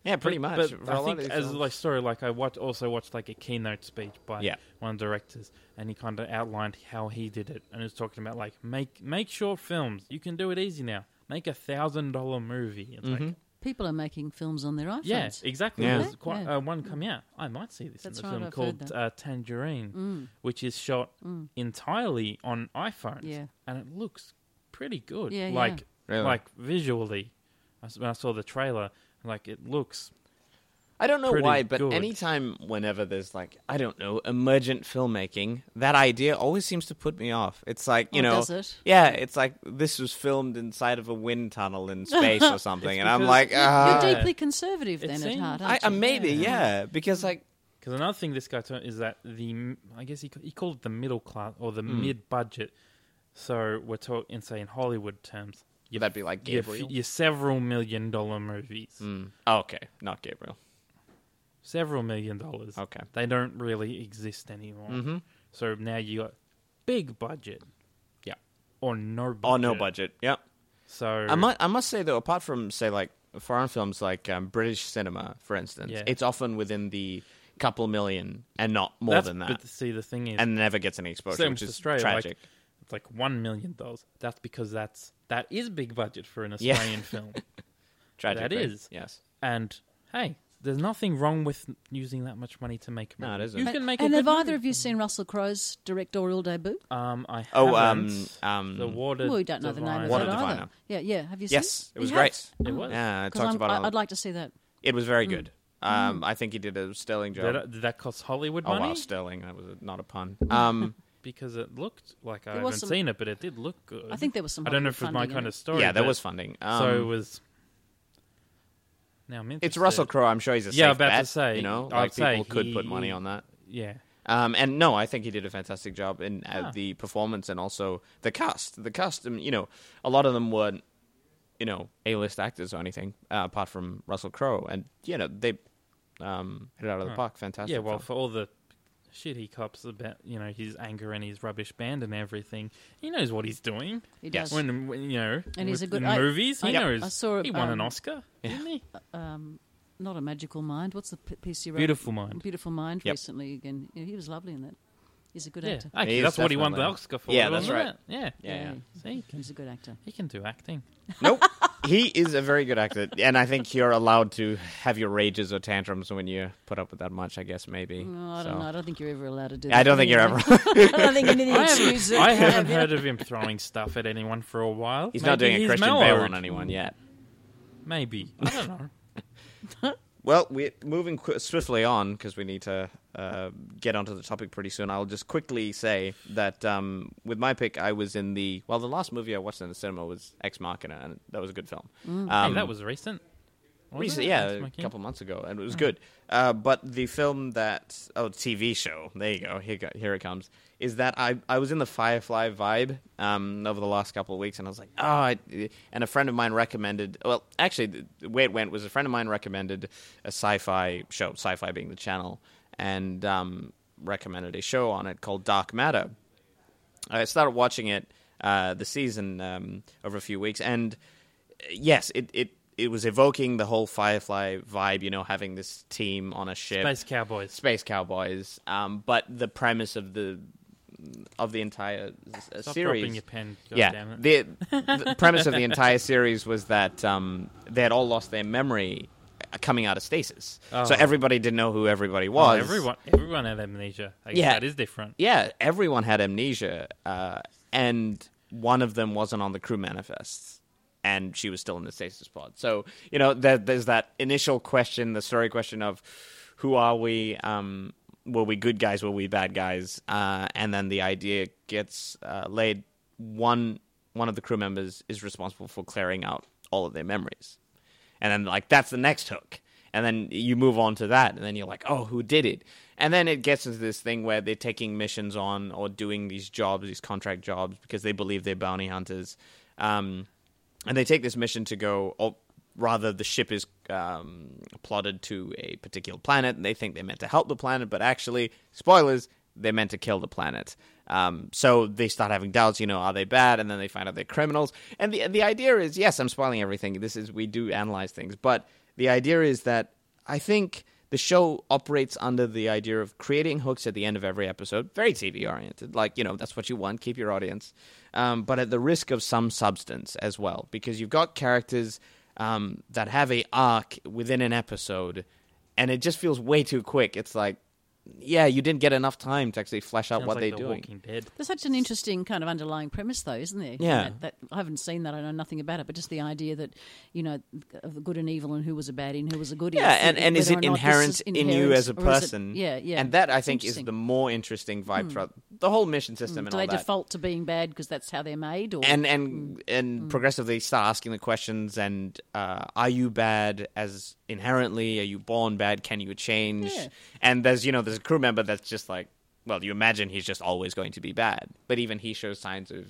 Speaker 1: Yeah, pretty much.
Speaker 2: But
Speaker 1: For a
Speaker 2: I
Speaker 1: lot
Speaker 2: think
Speaker 1: of these
Speaker 2: as
Speaker 1: films.
Speaker 2: like story, like I watch also watched like a keynote speech by
Speaker 1: Yeah.
Speaker 2: one of the directors, and he kind of outlined how he did it, and he was talking about like make make short films. You can do it easy now. Make a thousand dollar movie. It's like
Speaker 3: People are making films on their iPhones.
Speaker 2: yeah, exactly.
Speaker 1: Mm-hmm. Yeah.
Speaker 2: There's quite,
Speaker 3: Yeah. Mm.
Speaker 2: Uh, one come out. I might see this
Speaker 3: That's
Speaker 2: in the
Speaker 3: right,
Speaker 2: film
Speaker 3: I've heard
Speaker 2: called
Speaker 3: that. Mm.
Speaker 2: uh, Tangerine, which is shot entirely on iPhones.
Speaker 3: Yeah.
Speaker 2: and it looks pretty good.
Speaker 3: Yeah, yeah.
Speaker 2: like
Speaker 1: Really?
Speaker 2: like visually, I s- when I saw the trailer, like it looks.
Speaker 1: I don't know
Speaker 2: pretty
Speaker 1: why, but
Speaker 2: good.
Speaker 1: anytime, whenever there's like, I don't know, emergent filmmaking, that idea always seems to put me off. It's like, you
Speaker 3: Oh,
Speaker 1: know,
Speaker 3: does it?
Speaker 1: yeah, it's like this was filmed inside of a wind tunnel
Speaker 3: *laughs*
Speaker 1: in space or something, and I'm
Speaker 2: because-
Speaker 1: like, ah,
Speaker 3: You're deeply conservative
Speaker 2: It
Speaker 3: then
Speaker 2: seems-
Speaker 3: at heart,
Speaker 1: I,
Speaker 3: aren't
Speaker 1: uh,
Speaker 3: you?
Speaker 1: maybe, yeah, because like,
Speaker 2: Because another thing this guy taught is that the m- I guess he ca- he called it the middle class or the
Speaker 1: Hmm.
Speaker 2: mid budget. So we're talking, say, in Hollywood terms, your
Speaker 1: that'd be like
Speaker 2: your, f-
Speaker 1: Gabriel.
Speaker 2: your several million dollar movies,
Speaker 1: Mm. Oh, okay, not Gabriel.
Speaker 2: several million dollars.
Speaker 1: Okay.
Speaker 2: they don't really exist anymore.
Speaker 1: Mm-hmm.
Speaker 2: So now you got big budget,
Speaker 1: Yeah.
Speaker 2: or no budget.
Speaker 1: Oh, no budget. Yep.
Speaker 2: So
Speaker 1: I must, I must say though, apart from say like foreign films, like um, British cinema, for instance,
Speaker 2: Yeah.
Speaker 1: it's often within the couple million and not more
Speaker 2: that's-
Speaker 1: than that,
Speaker 2: But see, the thing is,
Speaker 1: and never gets any exposure,
Speaker 2: Same
Speaker 1: which
Speaker 2: with
Speaker 1: is
Speaker 2: Australia,
Speaker 1: tragic.
Speaker 2: Like, it's like one million dollars. That's because that's that is big budget for an
Speaker 1: Yeah. *laughs*
Speaker 2: Australian film.
Speaker 1: Tragic.
Speaker 2: That
Speaker 1: right?
Speaker 2: is.
Speaker 1: Yes.
Speaker 2: And hey, there's nothing wrong with using that much money to make. a
Speaker 1: No,
Speaker 2: movie.
Speaker 1: it isn't.
Speaker 2: You
Speaker 3: But-
Speaker 2: can make.
Speaker 3: and
Speaker 2: a
Speaker 3: have
Speaker 2: good
Speaker 3: either
Speaker 2: movie.
Speaker 3: of you seen Russell Crowe's directorial debut?
Speaker 2: Um, I
Speaker 1: Oh, um,
Speaker 2: haven't.
Speaker 1: um,
Speaker 2: the water.
Speaker 3: Well, we don't know the name of
Speaker 1: Water
Speaker 3: that
Speaker 1: Diviner.
Speaker 3: either. Yeah, yeah. Have you seen?
Speaker 1: Yes, it was
Speaker 3: You
Speaker 1: great.
Speaker 3: have?
Speaker 2: It was.
Speaker 1: Yeah, it
Speaker 3: 'Cause
Speaker 1: talks
Speaker 3: I'm-
Speaker 1: about it. all-
Speaker 3: I- I'd Mm. Mm-hmm. like to see that.
Speaker 1: It was very good. Um, I think he did a sterling job.
Speaker 2: Did, that- did that cost Hollywood
Speaker 1: oh
Speaker 2: money?
Speaker 1: wow, sterling. That was a, not a
Speaker 2: *laughs*
Speaker 1: pun. Um,
Speaker 2: Because it looked like I
Speaker 3: There
Speaker 2: haven't
Speaker 3: was some-
Speaker 2: seen it, but it did look good.
Speaker 3: I think there was some.
Speaker 2: I don't know
Speaker 3: Hollywood
Speaker 2: if it was my
Speaker 3: funding in
Speaker 2: kind
Speaker 3: it.
Speaker 2: of story.
Speaker 1: yeah, there
Speaker 2: but-
Speaker 1: was funding. Um,
Speaker 2: so it was. Now I'm
Speaker 1: it's
Speaker 2: interested.
Speaker 1: Russell Crowe. I'm sure he's a
Speaker 2: Yeah,
Speaker 1: safe
Speaker 2: about to
Speaker 1: bet,
Speaker 2: say,
Speaker 1: You know,
Speaker 2: I
Speaker 1: like
Speaker 2: would say
Speaker 1: people could put
Speaker 2: he-
Speaker 1: money on that.
Speaker 2: Yeah,
Speaker 1: Um, and no, I think he did a fantastic job in uh,
Speaker 2: Ah.
Speaker 1: the performance and also the cast. The cast, um, you know, a lot of them weren't, you know, A-list actors or anything, uh, apart from Russell Crowe. And, you know, they um, hit it out of the
Speaker 2: Huh.
Speaker 1: park. Fantastic.
Speaker 2: yeah, well,
Speaker 1: film.
Speaker 2: for all the shit he cops about, you know, his anger and his rubbish band and everything, he knows what he's doing.
Speaker 3: He
Speaker 1: Yes.
Speaker 3: does.
Speaker 2: When, when you know,
Speaker 3: And he's
Speaker 2: with-
Speaker 3: a good-
Speaker 2: in
Speaker 3: I-
Speaker 2: movies, he
Speaker 3: I-
Speaker 2: knows.
Speaker 3: I saw,
Speaker 2: he won an
Speaker 3: um,
Speaker 2: Oscar, didn't he?
Speaker 3: Um, not a magical mind. What's the p- piece you wrote?
Speaker 2: Beautiful Mind.
Speaker 3: Beautiful mind.
Speaker 1: Yep.
Speaker 3: Recently, again, Yeah, he was lovely in that. He's a good
Speaker 2: Yeah,
Speaker 3: actor.
Speaker 2: actually,
Speaker 1: He is
Speaker 2: that's what he won the
Speaker 1: definitely-
Speaker 2: Oscar for.
Speaker 1: Yeah,
Speaker 2: wasn't
Speaker 1: that's right.
Speaker 2: it? Yeah,
Speaker 1: Yeah, yeah.
Speaker 2: See, he can,
Speaker 3: He's a good actor.
Speaker 2: he can do acting.
Speaker 1: Nope. he is a very good actor. *laughs* And I think you're allowed to have your rages or tantrums when you put up with that much, I guess, maybe.
Speaker 3: No, Mm, I don't
Speaker 1: So-
Speaker 3: know. I don't think you're ever allowed to do.
Speaker 1: I
Speaker 3: that
Speaker 1: don't think you're
Speaker 3: anyway.
Speaker 1: ever. *laughs*
Speaker 3: *laughs* I don't think anything
Speaker 2: I
Speaker 3: excuses
Speaker 2: haven't,
Speaker 3: *laughs* it.
Speaker 2: I haven't heard of him throwing stuff at anyone for a while.
Speaker 1: He's not
Speaker 2: Maybe
Speaker 1: doing a Christian Bale
Speaker 2: mellowed.
Speaker 1: on anyone yet.
Speaker 2: Maybe I
Speaker 1: *laughs*
Speaker 2: don't know.
Speaker 1: Well, we're moving qu- swiftly on because we need to uh, get onto the topic pretty soon. I'll just quickly say that um, with my pick, I was in the well, the last movie I watched in the cinema was Ex Machina, and that was a good film.
Speaker 2: Mm. Hey,
Speaker 1: Um,
Speaker 2: that was recent. wasn't
Speaker 1: recent,
Speaker 2: it?
Speaker 1: yeah,
Speaker 2: That's
Speaker 1: a
Speaker 2: my kid.
Speaker 1: couple months ago, and it was good. Uh, but the film that oh, TV show, there you go, here, go, here it comes. Is that I I was in the Firefly vibe um, over the last couple of weeks, and I was like, oh, I, and a friend of mine recommended. Well, actually, the- the way it went was a friend of mine recommended a sci-fi show, sci-fi being the channel, and um, recommended a show on it called Dark Matter. I started watching it uh, the season um, over a few weeks, and uh, yes, it, it it was evoking the whole Firefly vibe, you know, having this team on a ship,
Speaker 2: Space Cowboys.
Speaker 1: space cowboys. Um, but the premise of the of the entire s- uh,
Speaker 2: Stop
Speaker 1: series,
Speaker 2: dropping your pen. God damn it.
Speaker 1: the, the premise of the entire series was that um, they had all lost their memory uh, coming out of stasis, so
Speaker 2: Oh.
Speaker 1: everybody didn't know who everybody
Speaker 2: Oh,
Speaker 1: was.
Speaker 2: everyone, everyone had amnesia. I guess
Speaker 1: Yeah.
Speaker 2: that is different.
Speaker 1: yeah, everyone had amnesia, uh, and one of them wasn't on the crew manifests, and she was still in the stasis pod. So you know, there, there's that initial question, the story question of who are we? Um, were we good guys? Were we bad guys? Uh, and then the idea gets uh, laid. One one of the crew members is responsible for clearing out all of their memories and then like that's the next hook and then you move on to that and then you're like oh who did it and then it gets into this thing where they're taking missions on or doing these jobs these contract jobs because they believe they're bounty hunters um, and they take this mission to go or rather the ship is um, plotted to a particular planet and they think they're meant to help the planet but actually spoilers they're meant to kill the planet um, so they start having doubts, you know, are they bad? And then they find out they're criminals. And the the idea is, yes, I'm spoiling everything. This is we do analyze things, but the idea is that I think the show operates under the idea of creating hooks at the end of every episode, very TV oriented. Like you know, that's what you want. Keep your audience, um, but at the risk of some substance as well, because you've got characters um, that have a arc within an episode, and it just feels way too quick. It's like. Yeah, you didn't get enough time to actually flesh out
Speaker 2: Sounds
Speaker 1: what
Speaker 2: like
Speaker 1: they're
Speaker 2: The
Speaker 1: doing.
Speaker 2: Walking Dead.
Speaker 3: There's such an interesting kind of underlying premise, though, isn't there?
Speaker 1: Yeah.
Speaker 3: That, that- I haven't seen that. I know nothing about it, but just the idea that you know of the good and evil and who was a baddie and who was a goodie.
Speaker 1: Yeah,
Speaker 3: it's-
Speaker 1: and, and is
Speaker 3: whether or
Speaker 1: it
Speaker 3: not this
Speaker 1: inherent,
Speaker 3: is
Speaker 1: in you
Speaker 3: inherent
Speaker 1: as a
Speaker 3: or is it-
Speaker 1: person?
Speaker 3: yeah, yeah.
Speaker 1: And that I think is
Speaker 3: Interesting. Hmm.
Speaker 1: the more interesting vibe throughout the whole mission system and
Speaker 3: Do
Speaker 1: all
Speaker 3: they
Speaker 1: that.
Speaker 3: default to being bad because that's how they're made? Or
Speaker 1: and and
Speaker 3: Mm.
Speaker 1: and progressively start asking the questions. And uh, are you bad as inherently? Are you born bad? Can you change?
Speaker 3: Yeah.
Speaker 1: And there's you know there's a crew member that's just like well you imagine he's just always going to be bad, but even he shows signs of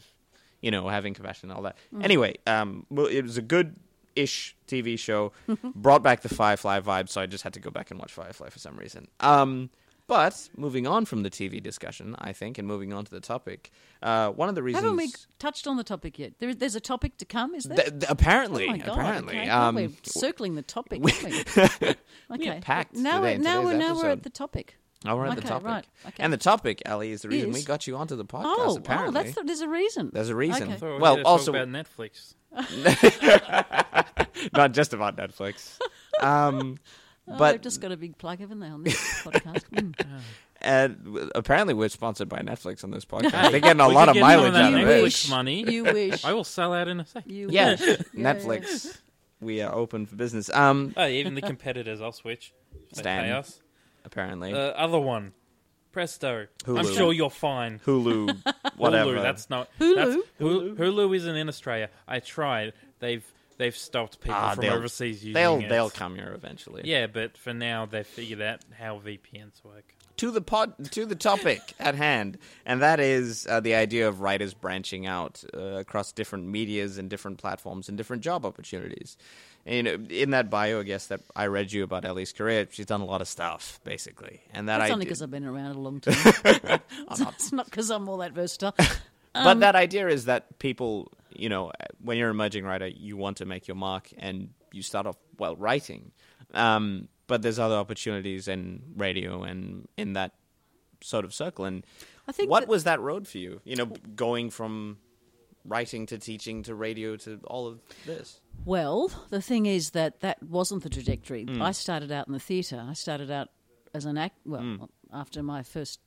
Speaker 1: you know having compassion and all that.
Speaker 3: Mm.
Speaker 1: Anyway, um, well, it was a good. Ish TV
Speaker 3: *laughs*
Speaker 1: show brought back the Firefly vibe, so I just had to go back and watch Firefly for some reason. Um, but moving on from the TV discussion, I think, and moving on to the topic, uh, one of the reasons
Speaker 3: haven't we touched on the topic yet? There, there's a topic to come, is there?
Speaker 1: Th- th- apparently,
Speaker 3: oh my god!
Speaker 1: apparently,
Speaker 3: okay. Well,
Speaker 1: um,
Speaker 3: we're circling the
Speaker 1: *laughs*
Speaker 3: topic. aren't we? *laughs* okay.
Speaker 1: packed
Speaker 3: now
Speaker 1: today
Speaker 3: we're
Speaker 1: in
Speaker 3: now
Speaker 1: today's
Speaker 3: we're now we're
Speaker 1: episode.
Speaker 3: at the topic.
Speaker 1: oh, we're at the
Speaker 3: okay,
Speaker 1: topic,
Speaker 3: right, okay.
Speaker 1: and the topic, Ali, is the reason we
Speaker 3: Is-
Speaker 1: got you onto the podcast.
Speaker 3: Oh, wow!
Speaker 1: apparently,
Speaker 3: That's the, there's a reason.
Speaker 1: there's a reason.
Speaker 3: Okay.
Speaker 2: So we're
Speaker 1: well,
Speaker 2: gonna
Speaker 1: also
Speaker 2: talk about Netflix.
Speaker 1: not just about
Speaker 3: *laughs*
Speaker 1: Netflix, um,
Speaker 3: oh,
Speaker 1: but
Speaker 3: they've just got a big plug, haven't they,
Speaker 1: *laughs*
Speaker 3: on this podcast? Mm.
Speaker 1: and w- uh, apparently we're sponsored by Netflix on
Speaker 3: *laughs*
Speaker 1: this podcast. They're getting a lot of mileage out
Speaker 2: on
Speaker 1: of
Speaker 3: that
Speaker 1: it.
Speaker 3: Netflix.
Speaker 2: Netflix money.
Speaker 3: You wish.
Speaker 2: I will sell out in a second.
Speaker 3: You
Speaker 2: *laughs*
Speaker 1: Yeah,
Speaker 3: wish. Yeah,
Speaker 1: Netflix, we are open for business. Um,
Speaker 2: Oh, even the competitors, I'll switch. If They
Speaker 1: Stan.
Speaker 2: pay us.
Speaker 1: apparently,
Speaker 2: Uh, other one, Presto.
Speaker 1: Hulu.
Speaker 2: I'm sure you're fine.
Speaker 1: Hulu, whatever.
Speaker 2: Hulu, that's not
Speaker 3: Hulu?
Speaker 2: That's, Hulu. Hulu isn't in Australia. I tried. They've they've stopped people
Speaker 1: Ah,
Speaker 2: from
Speaker 1: they'll-
Speaker 2: overseas using
Speaker 1: they'll
Speaker 2: it.
Speaker 1: they'll come here eventually.
Speaker 2: Yeah, but for now they've figured out how VPNs work.
Speaker 1: to the pod to the topic at hand, and that is uh, the idea of writers branching out uh, across different medias and different platforms and different job opportunities. And, you know, in that bio, I guess that I read you about Ellie's career, she's done a lot of stuff basically, and that
Speaker 3: That's
Speaker 1: I
Speaker 3: only because I've been around a
Speaker 1: *laughs*
Speaker 3: long time. *laughs* it's not because I'm all that versatile. Um,
Speaker 1: but that idea is that people, you know, when you're an emerging writer, you want to make your mark and you start off well writing. Um, but there's other opportunities in radio and in that sort of circle. And
Speaker 3: I think
Speaker 1: what
Speaker 3: that-
Speaker 1: was that road for you? You know, going from writing to teaching to radio to all of this.
Speaker 3: Well, the thing is that that wasn't the trajectory. I started out in the theatre. I started out as an act. Well, after my first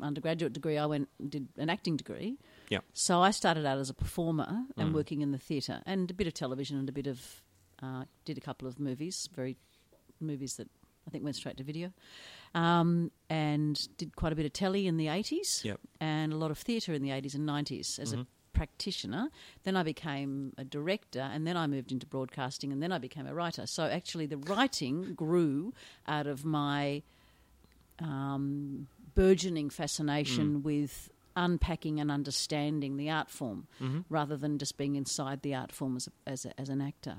Speaker 3: undergraduate degree, I went and did an acting degree.
Speaker 1: Yeah.
Speaker 3: So I started out as a performer and working in the theatre and a bit of television and a bit of uh, did a couple of movies, very movies that I think went straight to video, um, and did quite a bit of telly in the eighties
Speaker 1: Yep.
Speaker 3: and a lot of theatre in the eighties and nineties as a practitioner. Then I became a director, and then I moved into broadcasting, and then I became a writer. So actually, the writing grew out of my um, burgeoning fascination with unpacking and understanding the art form rather than just being inside the art form as, a, as, a, as an actor.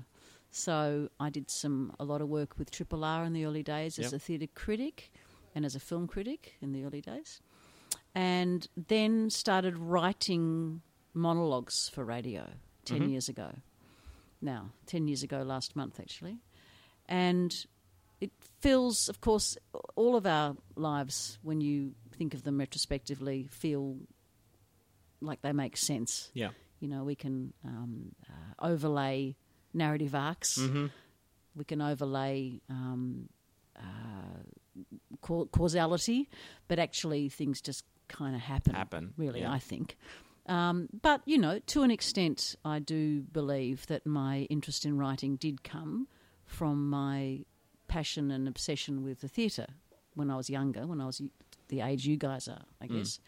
Speaker 3: So I did some a lot of work with Triple R in the early days as
Speaker 1: Yep.
Speaker 3: a theatre critic and as a film critic in the early days, and then started writing monologues for radio 10 years ago. Now, 10 years ago last month actually. And it feels, of course, all of our lives, when you think of them retrospectively, feel like they make sense.
Speaker 1: Yeah.
Speaker 3: You know, we can um, uh, overlay narrative arcs,
Speaker 1: Mm-hmm.
Speaker 3: we can overlay um, uh, cau- causality, but actually things just kind of happen.
Speaker 1: Happen,
Speaker 3: Really,
Speaker 1: yeah.
Speaker 3: I think. Um, but, you know, to an extent, I do believe that my interest in writing did come from my passion and obsession with the theatre when I was younger, when I was y- the age you guys are, I guess.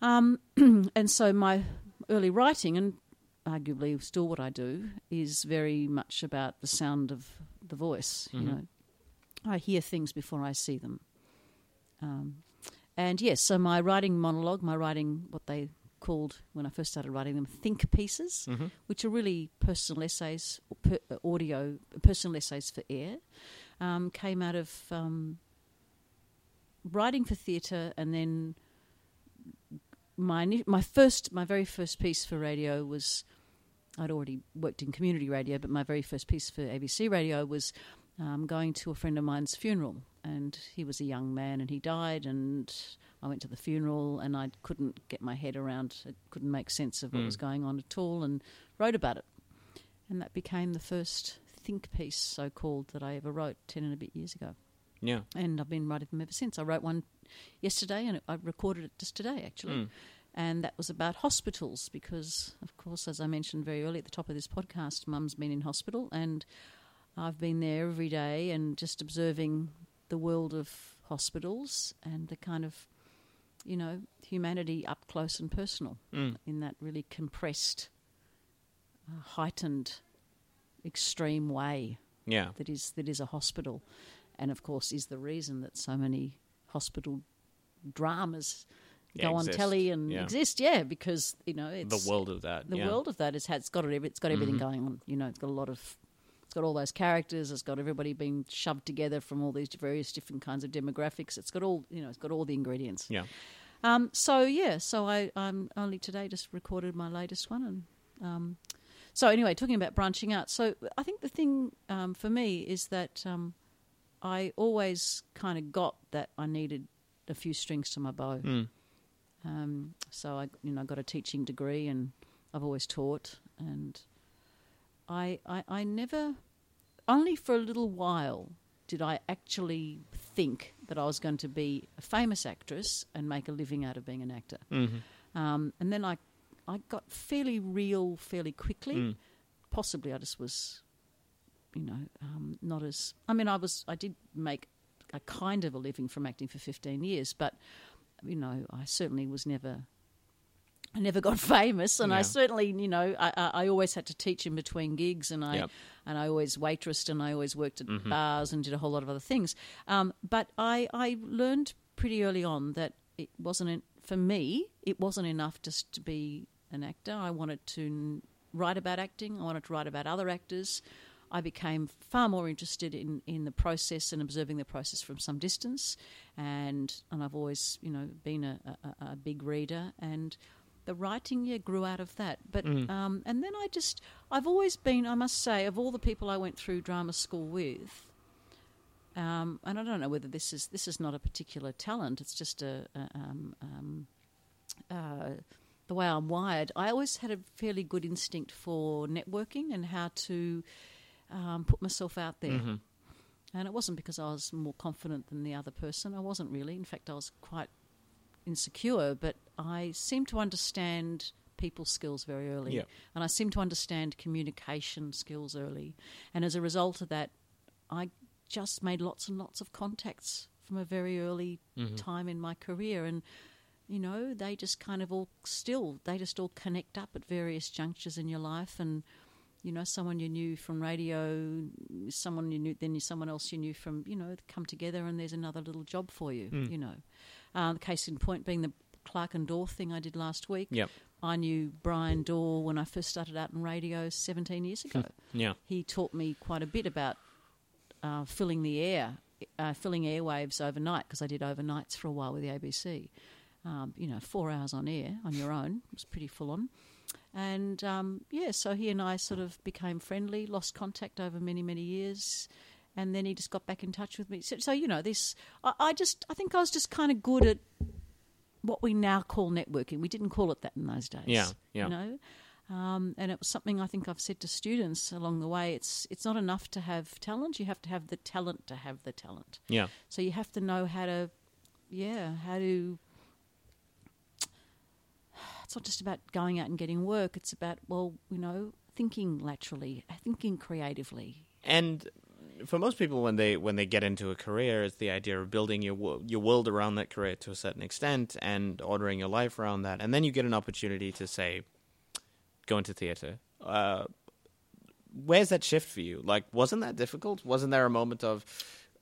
Speaker 3: Um, *clears throat* and so my early writing, and arguably still what I do, is very much about the sound of the voice. You know, I hear things before I see them. Um, And yes, so my writing monologue, my writing what they called when I first started writing them think pieces,
Speaker 1: Mm-hmm.
Speaker 3: which are really personal essays, per, audio personal essays for air, um, came out of um, writing for theatre, and then my ini- my first my very first piece for radio was I'd already worked in community radio, but my very first piece for ABC radio was um, going to a friend of mine's funeral, and he was a young man and he died, and I went to the funeral, and I couldn't get my head around, it couldn't make sense of what was going on at all, and wrote about it, and that became the first think piece, so called, that I ever wrote ten and a bit years ago
Speaker 1: Yeah.
Speaker 3: and I've been writing them ever since. I wrote one yesterday, and I recorded it just today, actually.
Speaker 1: Hmm. Mm.
Speaker 3: And that was about hospitals because, of course, as I mentioned very early at the top of this podcast, Mum's been in hospital, and I've been there every day and just observing the world of hospitals and the kind of, you know, humanity up close and personal in that really compressed, uh, heightened, extreme way
Speaker 1: Yeah.
Speaker 3: that is that is a hospital, and of course is the reason that so many hospital dramas
Speaker 1: Yeah,
Speaker 3: go
Speaker 1: exist.
Speaker 3: on telly and
Speaker 1: Yeah.
Speaker 3: exist. Yeah, because you know it's
Speaker 1: the world of that.
Speaker 3: the
Speaker 1: yeah. Mm-hmm.
Speaker 3: world of that is had it's got it, it's got everything going on. You know, it's got a lot of it's got all those characters. It's got everybody being shoved together from all these various different kinds of demographics. It's got all you know. It's got all the ingredients.
Speaker 1: Yeah.
Speaker 3: Um, so yeah, so I um, only today just recorded my latest one, and um, so anyway, talking about branching out. So I think the thing um, for me is that um, I always kind of got that I needed a few strings to my bow. Um, so I, you know, got a teaching degree, and I've always taught, and I, I, I never, only for a little while, did I actually think that I was going to be a famous actress and make a living out of being an actor.
Speaker 1: Mm-hmm.
Speaker 3: Um, and then I, I got fairly real fairly quickly. Possibly I just was, you know, um, not as. I mean, I was. I did make a kind of a living from acting for fifteen years, but you know, I certainly was never. I never got *laughs* famous, and
Speaker 1: Yeah.
Speaker 3: I certainly, you know, I, I, I always had to teach in between gigs, and I
Speaker 1: Yep. Mm-hmm.
Speaker 3: and I always waitressed, and I always worked at bars and did a whole lot of other things. Um, but I I learned pretty early on that it wasn't en- for me. It wasn't enough just to be an actor. I wanted to n- write about acting. I wanted to write about other actors. I became far more interested in, in the process and observing the process from some distance, and and I've always you know been a, a, a- a big reader, and the writing yeah grew out of that. But um, and then I just I've always been I must say of all the people I went through drama school with, um, and I don't know whether this is this is not a particular talent. It's just a, a um, um, uh, the way I'm wired. I always had a fairly good instinct for networking and how to um, put myself out there. And it wasn't because I was more confident than the other person. I wasn't really. In fact, I was quite insecure. But I seemed to understand people skills very early,
Speaker 1: Yeah.
Speaker 3: and I seemed to understand communication skills early. And as a result of that, I just made lots and lots of contacts from a very early time in my career and you know they just kind of all still they just all connect up at various junctures in your life and you know someone you knew from radio someone you knew then you someone else you knew from you know come together and there's another little job for you you know uh, the case in point being the clark and Dorr thing i did last week
Speaker 1: Yep.
Speaker 3: i knew brian Dorr when i first started out in radio 17 years ago
Speaker 1: Yeah.
Speaker 3: he taught me quite a bit about uh, filling the air, uh, filling airwaves overnight because I did overnights for a while with the ABC. Um, you know, four hours on air on your own it was pretty full on, and um, yeah, so he and I sort of became friendly, lost contact over many many years, and then he just got back in touch with me. So, so you know, this I, I just I think I was just kind of good at what we now call networking. We didn't call it that in those days.
Speaker 1: Yeah, yeah.
Speaker 3: You know, um, and it was something I think I've said to students along the way. It's it's not enough to have talent. You have to have the talent to have the talent.
Speaker 1: Yeah.
Speaker 3: So you have to know how to, yeah, how to. *sighs* It's not just about going out and getting work. It's about well, you know, thinking laterally, thinking creatively.
Speaker 1: And for most people, when they when they get into a career, it's the idea of building your wo- your world around that career to a certain extent and ordering your life around that, and then you get an opportunity to say, go into theater. Uh, where's that shift for you? Like, wasn't that difficult? Wasn't there a moment of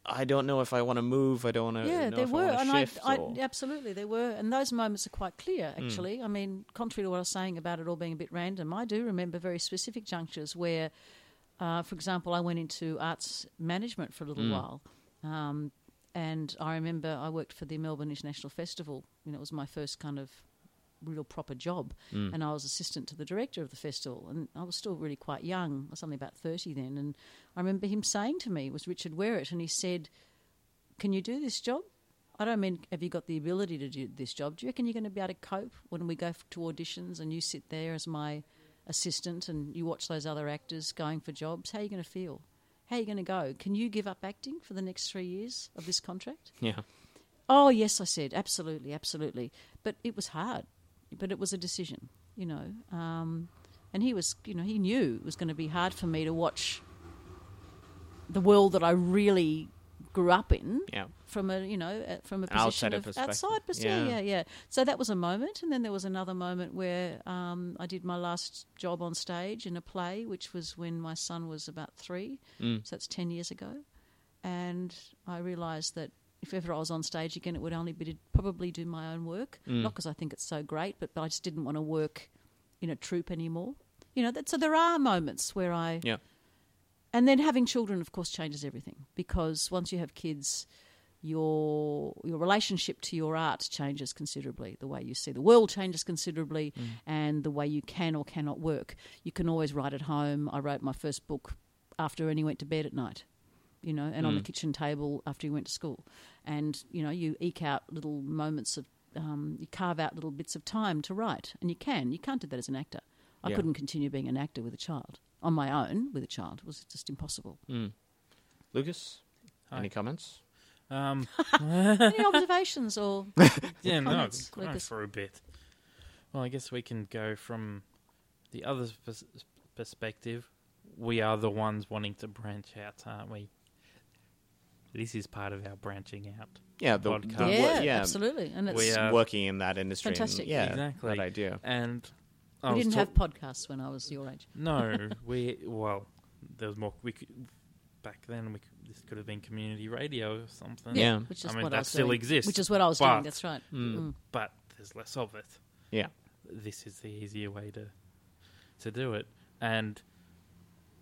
Speaker 1: I don't know if I want to move. I don't want to.
Speaker 3: yeah,
Speaker 1: know
Speaker 3: there
Speaker 1: if
Speaker 3: were,
Speaker 1: I
Speaker 3: and
Speaker 1: want to shift
Speaker 3: I,
Speaker 1: or- Hmm.
Speaker 3: I absolutely there were, and those moments are quite clear. Actually, I mean, contrary to what I was saying about it all being a bit random, I do remember very specific junctures where, uh, for example, I went into arts management for a
Speaker 1: Hmm.
Speaker 3: little while, um, and I remember I worked for the Melbourne International Festival. You know, it was my first kind of real proper job,
Speaker 1: Hmm.
Speaker 3: and I was assistant to the director of the festival, and I was still really quite young. I was only about thirty then, and I remember him saying to me, it "Was Richard Werrett?" and he said can you do this job? I don't mean, have you got the ability to do this job? Do you reckon you're going to be able to cope when we go f- to auditions and you sit there as my assistant and you watch those other actors going for jobs? How are you going to feel? How are you going to go? Can you give up acting for the next three years of this contract?
Speaker 1: yeah.
Speaker 3: Oh, yes, I said, absolutely, absolutely. But it was hard, but it was a decision, you know. Um, and he was, you know, he knew it was going to be hard for me to watch the world that I really grew up in
Speaker 1: Yeah.
Speaker 3: from a you know uh, from a
Speaker 1: An
Speaker 3: position
Speaker 1: outsider
Speaker 3: of
Speaker 1: perspective.
Speaker 3: outside perspective.
Speaker 1: Yeah.
Speaker 3: Yeah. yeah, yeah. So that was a moment, and then there was another moment where um, I did my last job on stage in a play, which was when my son was about three.
Speaker 1: Mm.
Speaker 3: So that's ten years ago, and I realised that. If ever I was on stage again, it would only be to probably do my own work.
Speaker 1: Mm.
Speaker 3: Not because I think it's so great, but, but I just didn't want to work in a troupe anymore. You know, that, so there are moments where I
Speaker 1: Yeah.
Speaker 3: and then having children, of course, changes everything because once you have kids, your your relationship to your art changes considerably. The way you see the world changes considerably,
Speaker 1: Mm.
Speaker 3: and the way you can or cannot work. You can always write at home. I wrote my first book after Ernie went to bed at night, you know, and on
Speaker 1: Mm.
Speaker 3: the kitchen table after he went to school. And you know, you eke out little moments of um, you carve out little bits of time to write, and you can. You can't do that as an actor. I
Speaker 1: Yeah.
Speaker 3: couldn't continue being an actor with a child on my own with a child It was just impossible.
Speaker 1: Lucas,
Speaker 2: Hi.
Speaker 1: any comments?
Speaker 2: Um,
Speaker 3: Any *laughs*
Speaker 1: *laughs*
Speaker 3: observations or
Speaker 2: yeah, no,
Speaker 3: Comments,
Speaker 2: go on
Speaker 3: Lucas?
Speaker 2: for a bit. Well, I guess we can go from the other pers- perspective. We are the ones wanting to branch out, aren't we? This is part of our branching out.
Speaker 1: Yeah. The,
Speaker 2: Podcast.
Speaker 1: the-
Speaker 3: yeah,
Speaker 1: yeah.
Speaker 3: absolutely. And it's
Speaker 2: We,
Speaker 3: we,
Speaker 2: uh, Yeah.
Speaker 1: Working in that industry. and-
Speaker 3: Fantastic.
Speaker 1: Yeah.
Speaker 2: Exactly.
Speaker 1: That idea.
Speaker 2: And I was *laughs*
Speaker 3: didn't
Speaker 2: talk-
Speaker 3: *laughs* have podcasts when I was your age.
Speaker 2: No, we well, there was more. We could, back then we c- this could have been community radio or something.
Speaker 1: Yeah.
Speaker 3: Which is
Speaker 2: I mean,
Speaker 3: what
Speaker 2: that
Speaker 3: I was
Speaker 2: still
Speaker 3: doing.
Speaker 2: exists,
Speaker 3: Which is what I was doing.
Speaker 2: but-
Speaker 3: That's right.
Speaker 1: Mm.
Speaker 2: but there's less of it.
Speaker 1: Yeah.
Speaker 2: This is the easier way to to do it. And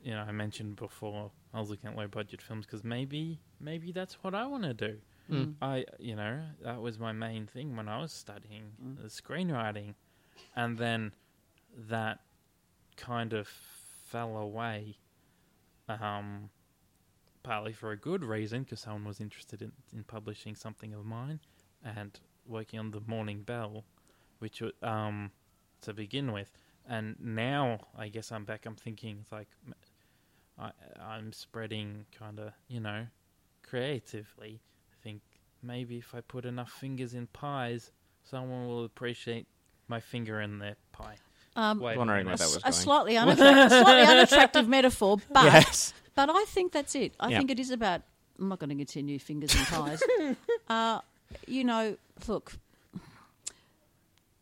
Speaker 2: you know, I mentioned before I was looking at low budget films because maybe maybe that's what I want to do.
Speaker 1: Mm.
Speaker 2: I you know that was my main thing when I was studying the screenwriting, and then that kind of fell away. Um, partly for a good reason because someone was interested in, in publishing something of mine and working on the morning bell which w- um to begin with and now i guess i'm back i'm thinking it's like m- i i'm spreading kind of you know creatively i think maybe if i put enough fingers in pies someone will appreciate my finger in their pie
Speaker 3: Um,
Speaker 2: Wait
Speaker 1: I was wondering
Speaker 2: minute.
Speaker 1: where that was
Speaker 3: s- a
Speaker 1: going. *laughs*
Speaker 3: slightly, unattract- slightly unattractive metaphor, but
Speaker 2: *laughs*
Speaker 1: yes.
Speaker 3: but I think that's it. I
Speaker 1: Yeah.
Speaker 3: think it is about. I'm not going to continue fingers and pies. uh, you know, look.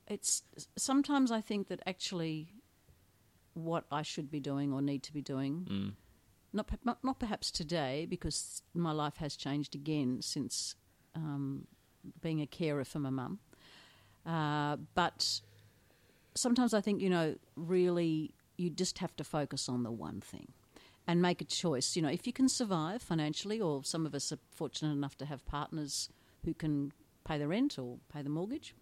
Speaker 3: It's sometimes I think that actually, what I should be doing or need to be doing, not pe- not not perhaps today because my life has changed again since um, being a carer for my mum. Uh, but sometimes I think, you know, really you just have to focus on the one thing and make a choice. You know, if you can survive financially, or some of us are fortunate enough to have partners who can pay the rent or pay the mortgage,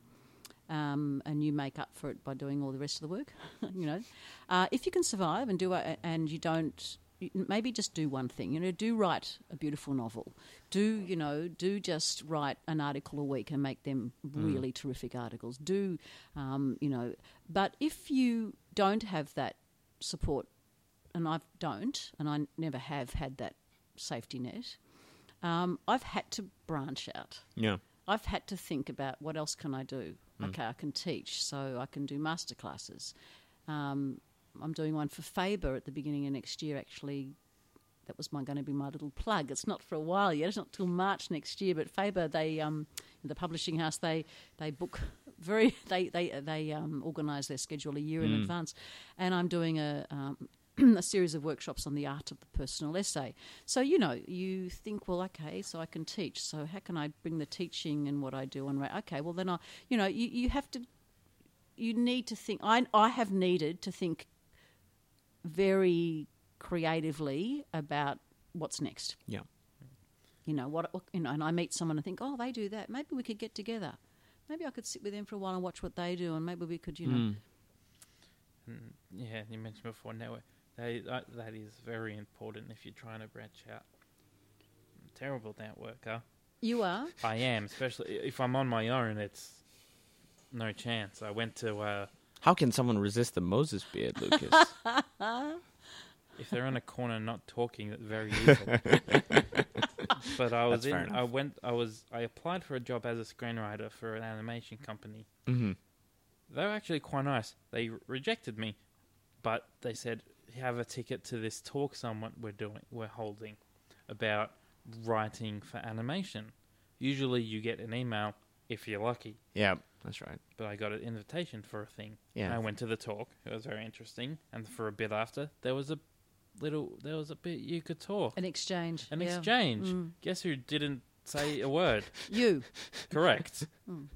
Speaker 3: um, and you make up for it by doing all the rest of the work, *laughs* you know, uh, if you can survive and do a- and you don't. you- Maybe just do one thing, you know. Do write a beautiful novel. Do you know? Do just write an article a week and make them really terrific articles. Do um, you know? But if you don't have that support and I don't, and I never have had that safety net. Um, I've had to branch out.
Speaker 1: Yeah.
Speaker 3: I've had to think about what else can I do. Okay, I can teach, so I can do master classes. Um, I'm doing one for Faber at the beginning of next year. Actually, that was my going to be my little plug. It's not for a while yet. It's not till March next year. But Faber, they um, the publishing house, they they book very *laughs* they they they um, organise their schedule a year in advance, and I'm doing a. Um, *clears throat* a series of workshops on the art of the personal essay. So, you know, you think, well, okay, so I can teach. So, how can I bring the teaching and what I do on? Ra- okay, well, then I, you know, you, you have to you need to think I, I have needed to think very creatively about what's next
Speaker 1: Yeah.
Speaker 3: you know what what- you know and i meet someone and think oh they do that maybe we could get together maybe i could sit with them for a while and watch what they do and maybe we could you
Speaker 1: Hmm.
Speaker 3: know
Speaker 2: Mm, yeah, and you mentioned before network. That is, uh, that is very important if you're trying to branch out. I'm a terrible networker.
Speaker 3: you are
Speaker 2: I am, especially if I'm on my own. It's no chance. I went to uh,
Speaker 1: How can someone resist the Moses beard,
Speaker 3: *laughs*
Speaker 1: Lucas?
Speaker 2: if they're in a corner not talking,
Speaker 1: *laughs*
Speaker 2: it's very easily. but I was
Speaker 1: That's fair
Speaker 2: in.
Speaker 1: enough.
Speaker 2: I went. I was. I applied for a job as a screenwriter for an animation company.
Speaker 1: mm-hmm.
Speaker 2: They were actually quite nice. They re- rejected me, but they said have a ticket to this talk someone we're doing we're holding about writing for animation. Usually, you get an email if you're lucky.
Speaker 1: Yeah, that's right.
Speaker 2: but I got an invitation for a thing.
Speaker 1: Yeah.
Speaker 2: And I went to the talk. It was very interesting. And for a bit after, there was a little, there was a bit you could talk.
Speaker 3: an exchange
Speaker 2: An
Speaker 3: yeah.
Speaker 2: exchange.
Speaker 3: Mm.
Speaker 2: Guess who didn't say a
Speaker 3: *laughs*
Speaker 2: word?
Speaker 3: you
Speaker 2: Correct.
Speaker 3: Mm.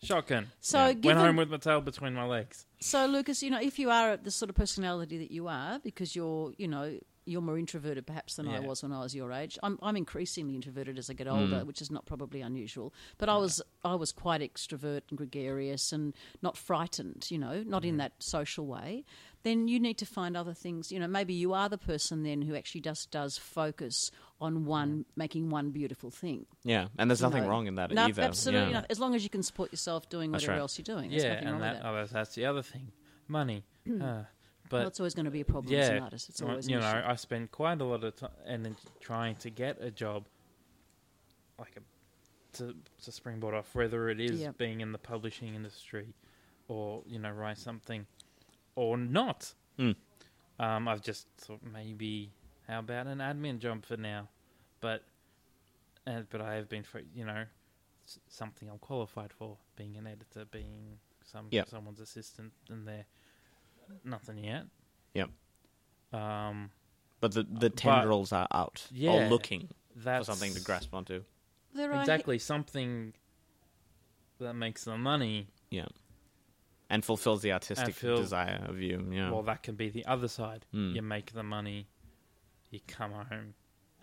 Speaker 2: Shotgun.
Speaker 3: so
Speaker 1: Yeah.
Speaker 3: given,
Speaker 2: Went home with my tail between my legs.
Speaker 3: So, Lucas, you know, if you are the sort of personality that you are, because you're, you know, you're more introverted perhaps than I
Speaker 2: Yeah.
Speaker 3: was when I was your age. I'm, I'm increasingly introverted as I get older, which is not probably unusual. But I was, I was quite extrovert and gregarious and not frightened, you know, not in that social way. Then you need to find other things. You know, maybe you are the person then who actually just does focus on one, making one beautiful thing.
Speaker 1: Yeah, and there's nothing
Speaker 3: No.
Speaker 1: wrong in that
Speaker 3: No,
Speaker 1: either.
Speaker 3: absolutely
Speaker 1: yeah.
Speaker 3: not. As long as you can support yourself doing
Speaker 1: That's
Speaker 3: whatever
Speaker 1: right.
Speaker 3: else you're doing, there's
Speaker 2: yeah,
Speaker 3: nothing wrong
Speaker 2: and
Speaker 3: with
Speaker 2: that,
Speaker 3: that.
Speaker 2: oh, that's, that's the other thing. Money. uh,
Speaker 3: Well,
Speaker 2: but
Speaker 3: it's always going to be a problem as an artist. It's
Speaker 2: well,
Speaker 3: always an
Speaker 2: you know,
Speaker 3: issue.
Speaker 2: I spend quite a lot of time and then trying to get a job, like a to to springboard off, whether it is
Speaker 3: Yep.
Speaker 2: being in the publishing industry, or you know, write something, or not.
Speaker 1: Mm.
Speaker 2: Um, I've just thought maybe how about an admin job for now, but and but I have been for you know s- something I'm qualified for, being an editor, being some
Speaker 1: Yep.
Speaker 2: someone's assistant in there. Nothing yet.
Speaker 1: Yep.
Speaker 2: Um,
Speaker 1: But the, the tendrils are out or
Speaker 2: yeah,
Speaker 1: looking
Speaker 2: That's
Speaker 1: for something to grasp onto.
Speaker 3: There are
Speaker 2: Exactly, something that makes the money.
Speaker 1: Yeah. And fulfills the artistic
Speaker 2: feel-
Speaker 1: desire of you. Yeah.
Speaker 2: Well, that can be the other side.
Speaker 1: Mm.
Speaker 2: You make the money, you come home,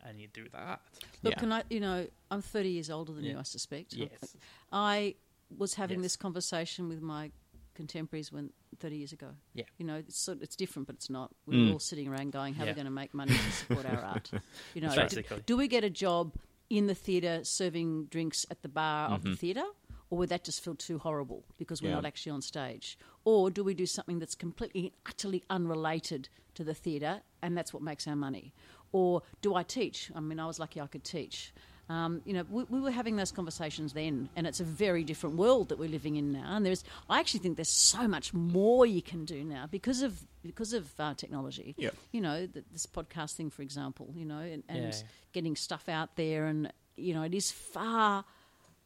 Speaker 2: and you do the art.
Speaker 3: Look,
Speaker 1: Yeah.
Speaker 3: can I? You know, I'm 30 years older than you,
Speaker 2: Yeah.
Speaker 3: I suspect.
Speaker 2: Yes.
Speaker 3: I was having
Speaker 2: Yes.
Speaker 3: this conversation with my contemporaries when 30 years ago.
Speaker 2: Yeah. Mm.
Speaker 3: You know, it's sort it's different, but it's not. We were all sitting around going, "How are we
Speaker 2: Yeah.
Speaker 3: going to make money to support our
Speaker 2: *laughs*
Speaker 3: art?" You know,
Speaker 2: That's
Speaker 3: do,
Speaker 2: right.
Speaker 3: do we get a job in the theatre serving drinks at the bar of the theatre? Or would that just feel too horrible because we're
Speaker 1: Mm-hmm. Yeah.
Speaker 3: not actually on stage? Or do we do something that's completely, utterly unrelated to the theatre and that's what makes our money? Or do I teach? I mean, I was lucky I could teach. Um, you know, we, we were having those conversations then, and it's a very different world that we're living in now. And there's, I actually think there's so much more you can do now because of because of uh, technology.
Speaker 1: Yeah.
Speaker 3: You know, th this podcast thing, for example. You know, and, and
Speaker 2: Yeah.
Speaker 3: getting stuff out there, and you know, it is far.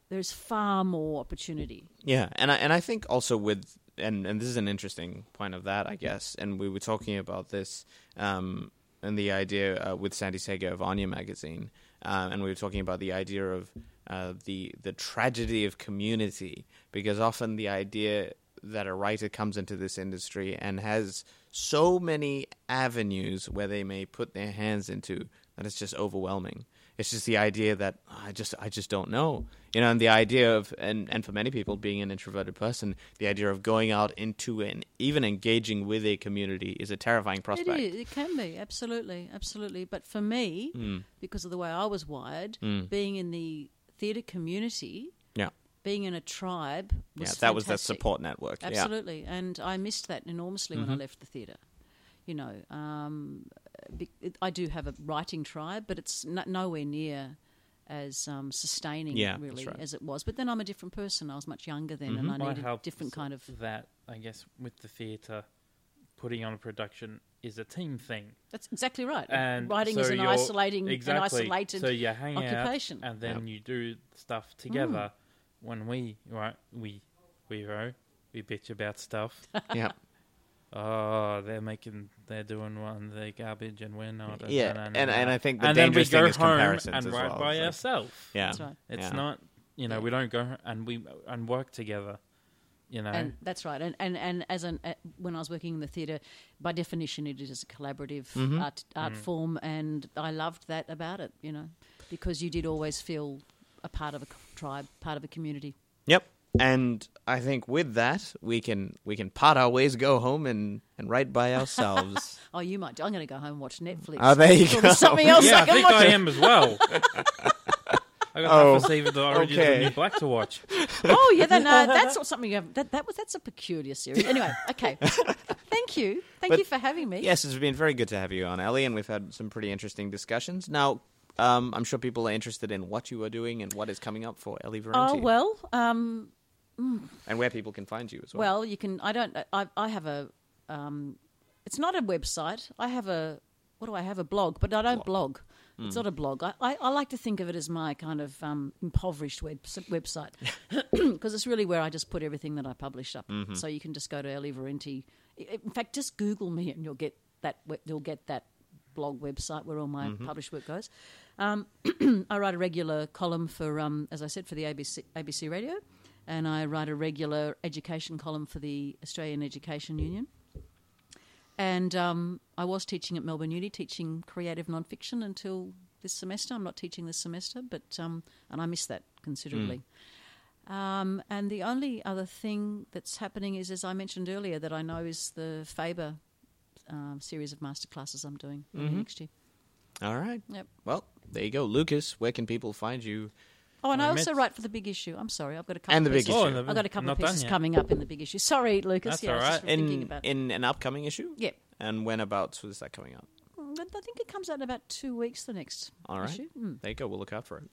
Speaker 3: There's far more opportunity.
Speaker 1: Yeah, and I and I think also with and and this is an interesting point of that, I guess. And we were talking about this um, and the idea uh, with Sandy Sega of Anya magazine, uh, and we were talking about the idea of uh, the the tragedy of community because often the idea that a writer comes into this industry and has so many avenues where they may put their hands into that it's just overwhelming. It's just the idea that "Oh, I just I just don't know, you know, and the idea of and and for many people being an introverted person, the idea of going out into and even engaging with a community is a terrifying prospect.
Speaker 3: It is. It can be. Absolutely. Absolutely. But for me,
Speaker 1: Hmm,
Speaker 3: because of the way I was wired, being in the theatre community,
Speaker 1: Mm. Yeah,
Speaker 3: being in a tribe
Speaker 1: yeah,
Speaker 3: was
Speaker 1: that was that
Speaker 3: fantastic.
Speaker 1: support network. Yeah. Mm-hmm.
Speaker 3: Absolutely. And I missed that enormously when I left the theatre. You know, um, be- it- I do have a writing tribe, but it's no nowhere near as um, sustaining,
Speaker 1: Yeah, that's
Speaker 3: really,
Speaker 1: right. Mm-hmm.
Speaker 3: as it was. But then I'm a different person. I was much younger then, and I
Speaker 2: Might
Speaker 3: needed a
Speaker 2: help
Speaker 3: different
Speaker 2: s-
Speaker 3: kind of.
Speaker 2: that. I guess with the theatre, putting on a production is a team thing.
Speaker 3: That's exactly right.
Speaker 2: and
Speaker 3: Uh, Writing
Speaker 2: so
Speaker 3: is an
Speaker 2: you're-
Speaker 3: isolating, an
Speaker 2: exactly.
Speaker 3: isolated.
Speaker 2: so you hang
Speaker 3: occupation. Hmm.
Speaker 2: out and then you do stuff together when we right we we row we bitch about stuff
Speaker 1: yeah,
Speaker 2: oh they're making they're doing one they're garbage and we're not
Speaker 1: Yeah,
Speaker 2: no, no,
Speaker 1: and-
Speaker 2: no, no.
Speaker 1: and I think the
Speaker 2: and then we
Speaker 1: dangerous thing
Speaker 2: go
Speaker 1: is
Speaker 2: home
Speaker 1: comparisons
Speaker 2: and
Speaker 1: as
Speaker 2: write
Speaker 1: well,
Speaker 2: by
Speaker 1: so-
Speaker 2: ourselves
Speaker 1: yeah.
Speaker 3: *laughs* That's right.
Speaker 2: it's
Speaker 1: yeah.
Speaker 2: not you know
Speaker 3: Yeah.
Speaker 2: we don't go ho- and we and work together you know
Speaker 3: And that's right. And and, and as an uh, when I was working in the theatre, by definition, it is a collaborative art art form, and I loved that about it. You know, because you did always feel a part of a c- tribe, part of a community.
Speaker 1: Yep. And I think with that we can we can part our ways, go home and and write by
Speaker 3: *laughs*
Speaker 1: ourselves.
Speaker 3: Oh, you might. I'm going to go home and watch Netflix.
Speaker 1: Oh, there you
Speaker 3: Until
Speaker 1: go.
Speaker 3: there's something
Speaker 2: *laughs*
Speaker 3: else
Speaker 2: yeah
Speaker 3: I
Speaker 2: I
Speaker 3: can
Speaker 2: think
Speaker 3: watch.
Speaker 2: I am as
Speaker 3: *laughs*
Speaker 2: well I got
Speaker 1: Oh,
Speaker 2: half a save of the origins of
Speaker 1: okay.
Speaker 2: New Black
Speaker 1: *laughs*
Speaker 2: to watch
Speaker 3: Oh, yeah. Then, uh, that's not something you have. That, that was that's a peculiar series. Anyway, okay. Thank you. Thank
Speaker 1: But-
Speaker 3: you for having me.
Speaker 1: yes, it's been very good to have you on, Ellie, and we've had some pretty interesting discussions. Now, um, I'm sure people are interested in what you are doing and what is coming up for Ellie Verenti,
Speaker 3: Oh well. Um,
Speaker 1: and where people can find you as well.
Speaker 3: Well, you can. I don't. I, I have a. Um, it's not a website. I have a. What do I have? A blog, but I don't blog.
Speaker 1: Hmm.
Speaker 3: It's not a blog. I, I, I like to think of it as my kind of um, impoverished web,
Speaker 1: *laughs*
Speaker 3: website *clears throat* because it's really where I just put everything that I publish up.
Speaker 1: Mm-hmm.
Speaker 3: So you can just go to Ellie Varenti. In fact, just Google me and you'll get that. we- You'll get that blog website where all my
Speaker 1: Mm-hmm.
Speaker 3: published work goes. Um, I write a regular column for, um, as I said, for the ABC, ABC Radio, and I write a regular education column for the Australian Education Union. And um, I was teaching at Melbourne Uni, teaching creative nonfiction until this semester. I'm not teaching this semester, but um, and I miss that considerably. Um, and the only other thing that's happening is, as I mentioned earlier, that I know is the Faber um, series of masterclasses I'm doing early next year.
Speaker 1: All right.
Speaker 3: Yep.
Speaker 1: Well, there you go, Lucas. Where can people find you?
Speaker 3: Oh, and I
Speaker 2: I
Speaker 3: also
Speaker 2: met-
Speaker 3: write for the big issue. I'm sorry, I've got a couple.
Speaker 1: And the
Speaker 3: of
Speaker 1: Big
Speaker 3: pieces.
Speaker 1: Issue.
Speaker 2: Oh, and the-
Speaker 3: I've got a couple
Speaker 2: not
Speaker 3: of
Speaker 2: done
Speaker 3: pieces
Speaker 2: yet.
Speaker 3: coming up in the big issue. Sorry, Lucas.
Speaker 2: That's
Speaker 3: yeah, I was
Speaker 2: all
Speaker 3: just
Speaker 2: right.
Speaker 3: thinking
Speaker 1: In
Speaker 3: about. it.
Speaker 1: in an upcoming issue.
Speaker 3: Yeah.
Speaker 1: And whenabouts is that coming up?
Speaker 3: Mm, I think it comes out in about two weeks. The next
Speaker 1: All right.
Speaker 3: issue. Mm.
Speaker 1: There you go. We'll look out for it.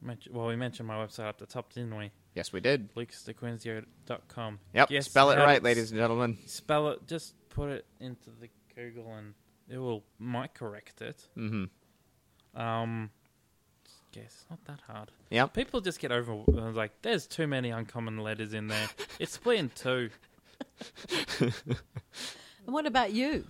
Speaker 2: Mention- Well, we mentioned my website up the top, didn't we?
Speaker 1: Yes, we did.
Speaker 2: LucasDeQuinzio.com.
Speaker 1: Yep.
Speaker 2: Guess
Speaker 1: Spell it
Speaker 2: how to
Speaker 1: right,
Speaker 2: s-
Speaker 1: ladies and gentlemen.
Speaker 2: Spell it. Just put it into the Google and it will might correct it.
Speaker 1: Mm-hmm.
Speaker 2: Um, guess it's not that hard.
Speaker 1: Yep.
Speaker 2: People just get over uh, like there's too many uncommon letters
Speaker 1: *laughs*
Speaker 2: in there. it's split in two.
Speaker 3: And what about you?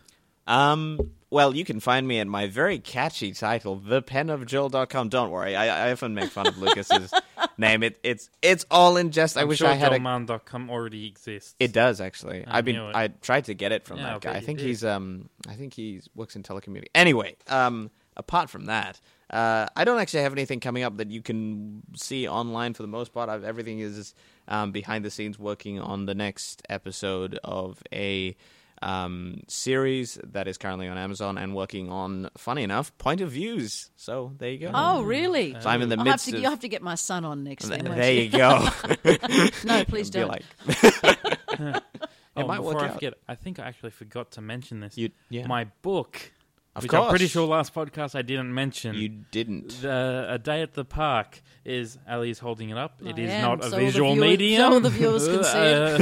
Speaker 1: Um, Well, you can find me at my very catchy title, thepenofjoel.com. Don't worry, I, I often make fun of
Speaker 3: *laughs*
Speaker 1: Lucas's name. It, it's it's all in jest. I
Speaker 2: I'm
Speaker 1: wish
Speaker 2: sure
Speaker 1: I had a
Speaker 2: Delman.com already exists.
Speaker 1: It does actually.
Speaker 2: I
Speaker 1: I have been.
Speaker 2: knew it.
Speaker 1: I tried to get it from
Speaker 2: Yeah, I
Speaker 1: that guy.
Speaker 2: bet
Speaker 1: I
Speaker 2: you
Speaker 1: think
Speaker 2: did.
Speaker 1: he's um I think he works in telecommunications. Anyway, um apart from that, uh I don't actually have anything coming up that you can see online for the most part. I've, everything is um behind the scenes working on the next episode of a um series that is currently on Amazon and working on funny enough point of views. So there you go.
Speaker 3: Oh, really?
Speaker 2: Uh,
Speaker 1: So I'm in the
Speaker 3: I'll have
Speaker 1: midst
Speaker 3: to,
Speaker 1: of
Speaker 3: you'll have to get my son on next.
Speaker 1: Th-
Speaker 3: Then, won't
Speaker 1: there you
Speaker 3: *laughs*
Speaker 1: go.
Speaker 3: No, please
Speaker 1: Be
Speaker 3: don't.
Speaker 1: like,
Speaker 2: oh,
Speaker 1: might
Speaker 2: before
Speaker 1: work
Speaker 2: I
Speaker 1: out.
Speaker 2: forget, I think I actually forgot to mention this.
Speaker 1: You- yeah.
Speaker 2: My book,
Speaker 1: Of
Speaker 2: which I'm pretty
Speaker 1: course.
Speaker 2: sure last podcast I didn't mention.
Speaker 1: you didn't.
Speaker 2: the, a day at the park is Ali is holding it up. It
Speaker 3: I
Speaker 2: is
Speaker 3: am,
Speaker 2: not a
Speaker 3: so all the
Speaker 2: visual
Speaker 3: viewers-
Speaker 2: medium.
Speaker 3: so all the viewers can see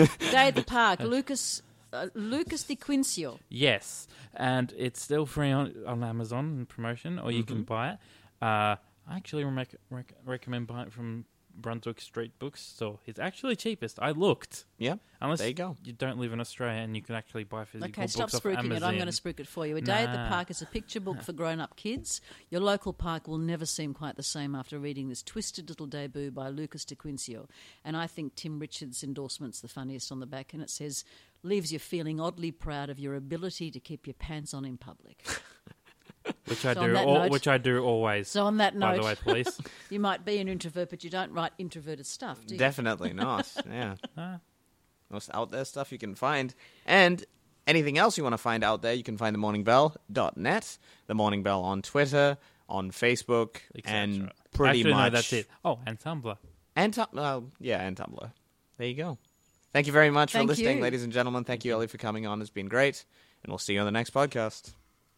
Speaker 3: it.
Speaker 2: *laughs* Uh,
Speaker 3: Day
Speaker 1: *laughs*
Speaker 3: at the park, Lucas, uh, Lucas Di Quincio.
Speaker 2: yes, and it's still free on, on Amazon in promotion, or you
Speaker 1: Mm-hmm.
Speaker 2: can buy it. Uh, I actually rec- rec- recommend buying it from Brunswick Street Bookstore. It's actually cheapest. I looked.
Speaker 1: Yeah.
Speaker 2: Unless
Speaker 1: There you go.
Speaker 2: don't live in Australia and you can actually buy physical
Speaker 3: Okay,
Speaker 2: books
Speaker 3: stop
Speaker 2: off
Speaker 3: spruiking it. I'm
Speaker 2: Amazon.
Speaker 3: going to spruik it for you. A Day at the
Speaker 2: Nah.
Speaker 3: Park is a picture book for grown up kids. Your local park will never seem quite the same after reading this twisted little debut by Lucas Di Quincio. And I think Tim Richards' endorsement's the funniest on the back, and it says, Leaves you feeling oddly proud of your ability to keep your pants on in public.
Speaker 2: which I
Speaker 3: So on
Speaker 2: do,
Speaker 3: that
Speaker 2: al-
Speaker 3: note-
Speaker 2: which I do always.
Speaker 3: So, on that
Speaker 2: by
Speaker 3: note,
Speaker 2: the way,
Speaker 3: *laughs*
Speaker 2: police.
Speaker 3: you might be an introvert, but you don't write introverted stuff, do you?
Speaker 1: Definitely
Speaker 2: *laughs*
Speaker 1: not. Yeah.
Speaker 2: Ah.
Speaker 1: Most out there stuff you can find. And anything else you want to find out there, you can find themorningbell.net, the Morning Bell on Twitter, on Facebook,
Speaker 2: etc.
Speaker 1: and pretty
Speaker 2: Actually,
Speaker 1: much.
Speaker 2: no, that's it. Oh, and Tumblr.
Speaker 1: And Tum- well, yeah, and Tumblr. There you go. Thank you very much
Speaker 3: Thank
Speaker 1: for listening,
Speaker 3: you.
Speaker 1: ladies and gentlemen. Thank you, Ellie, for coming on. It's been great. And we'll see you on the next podcast.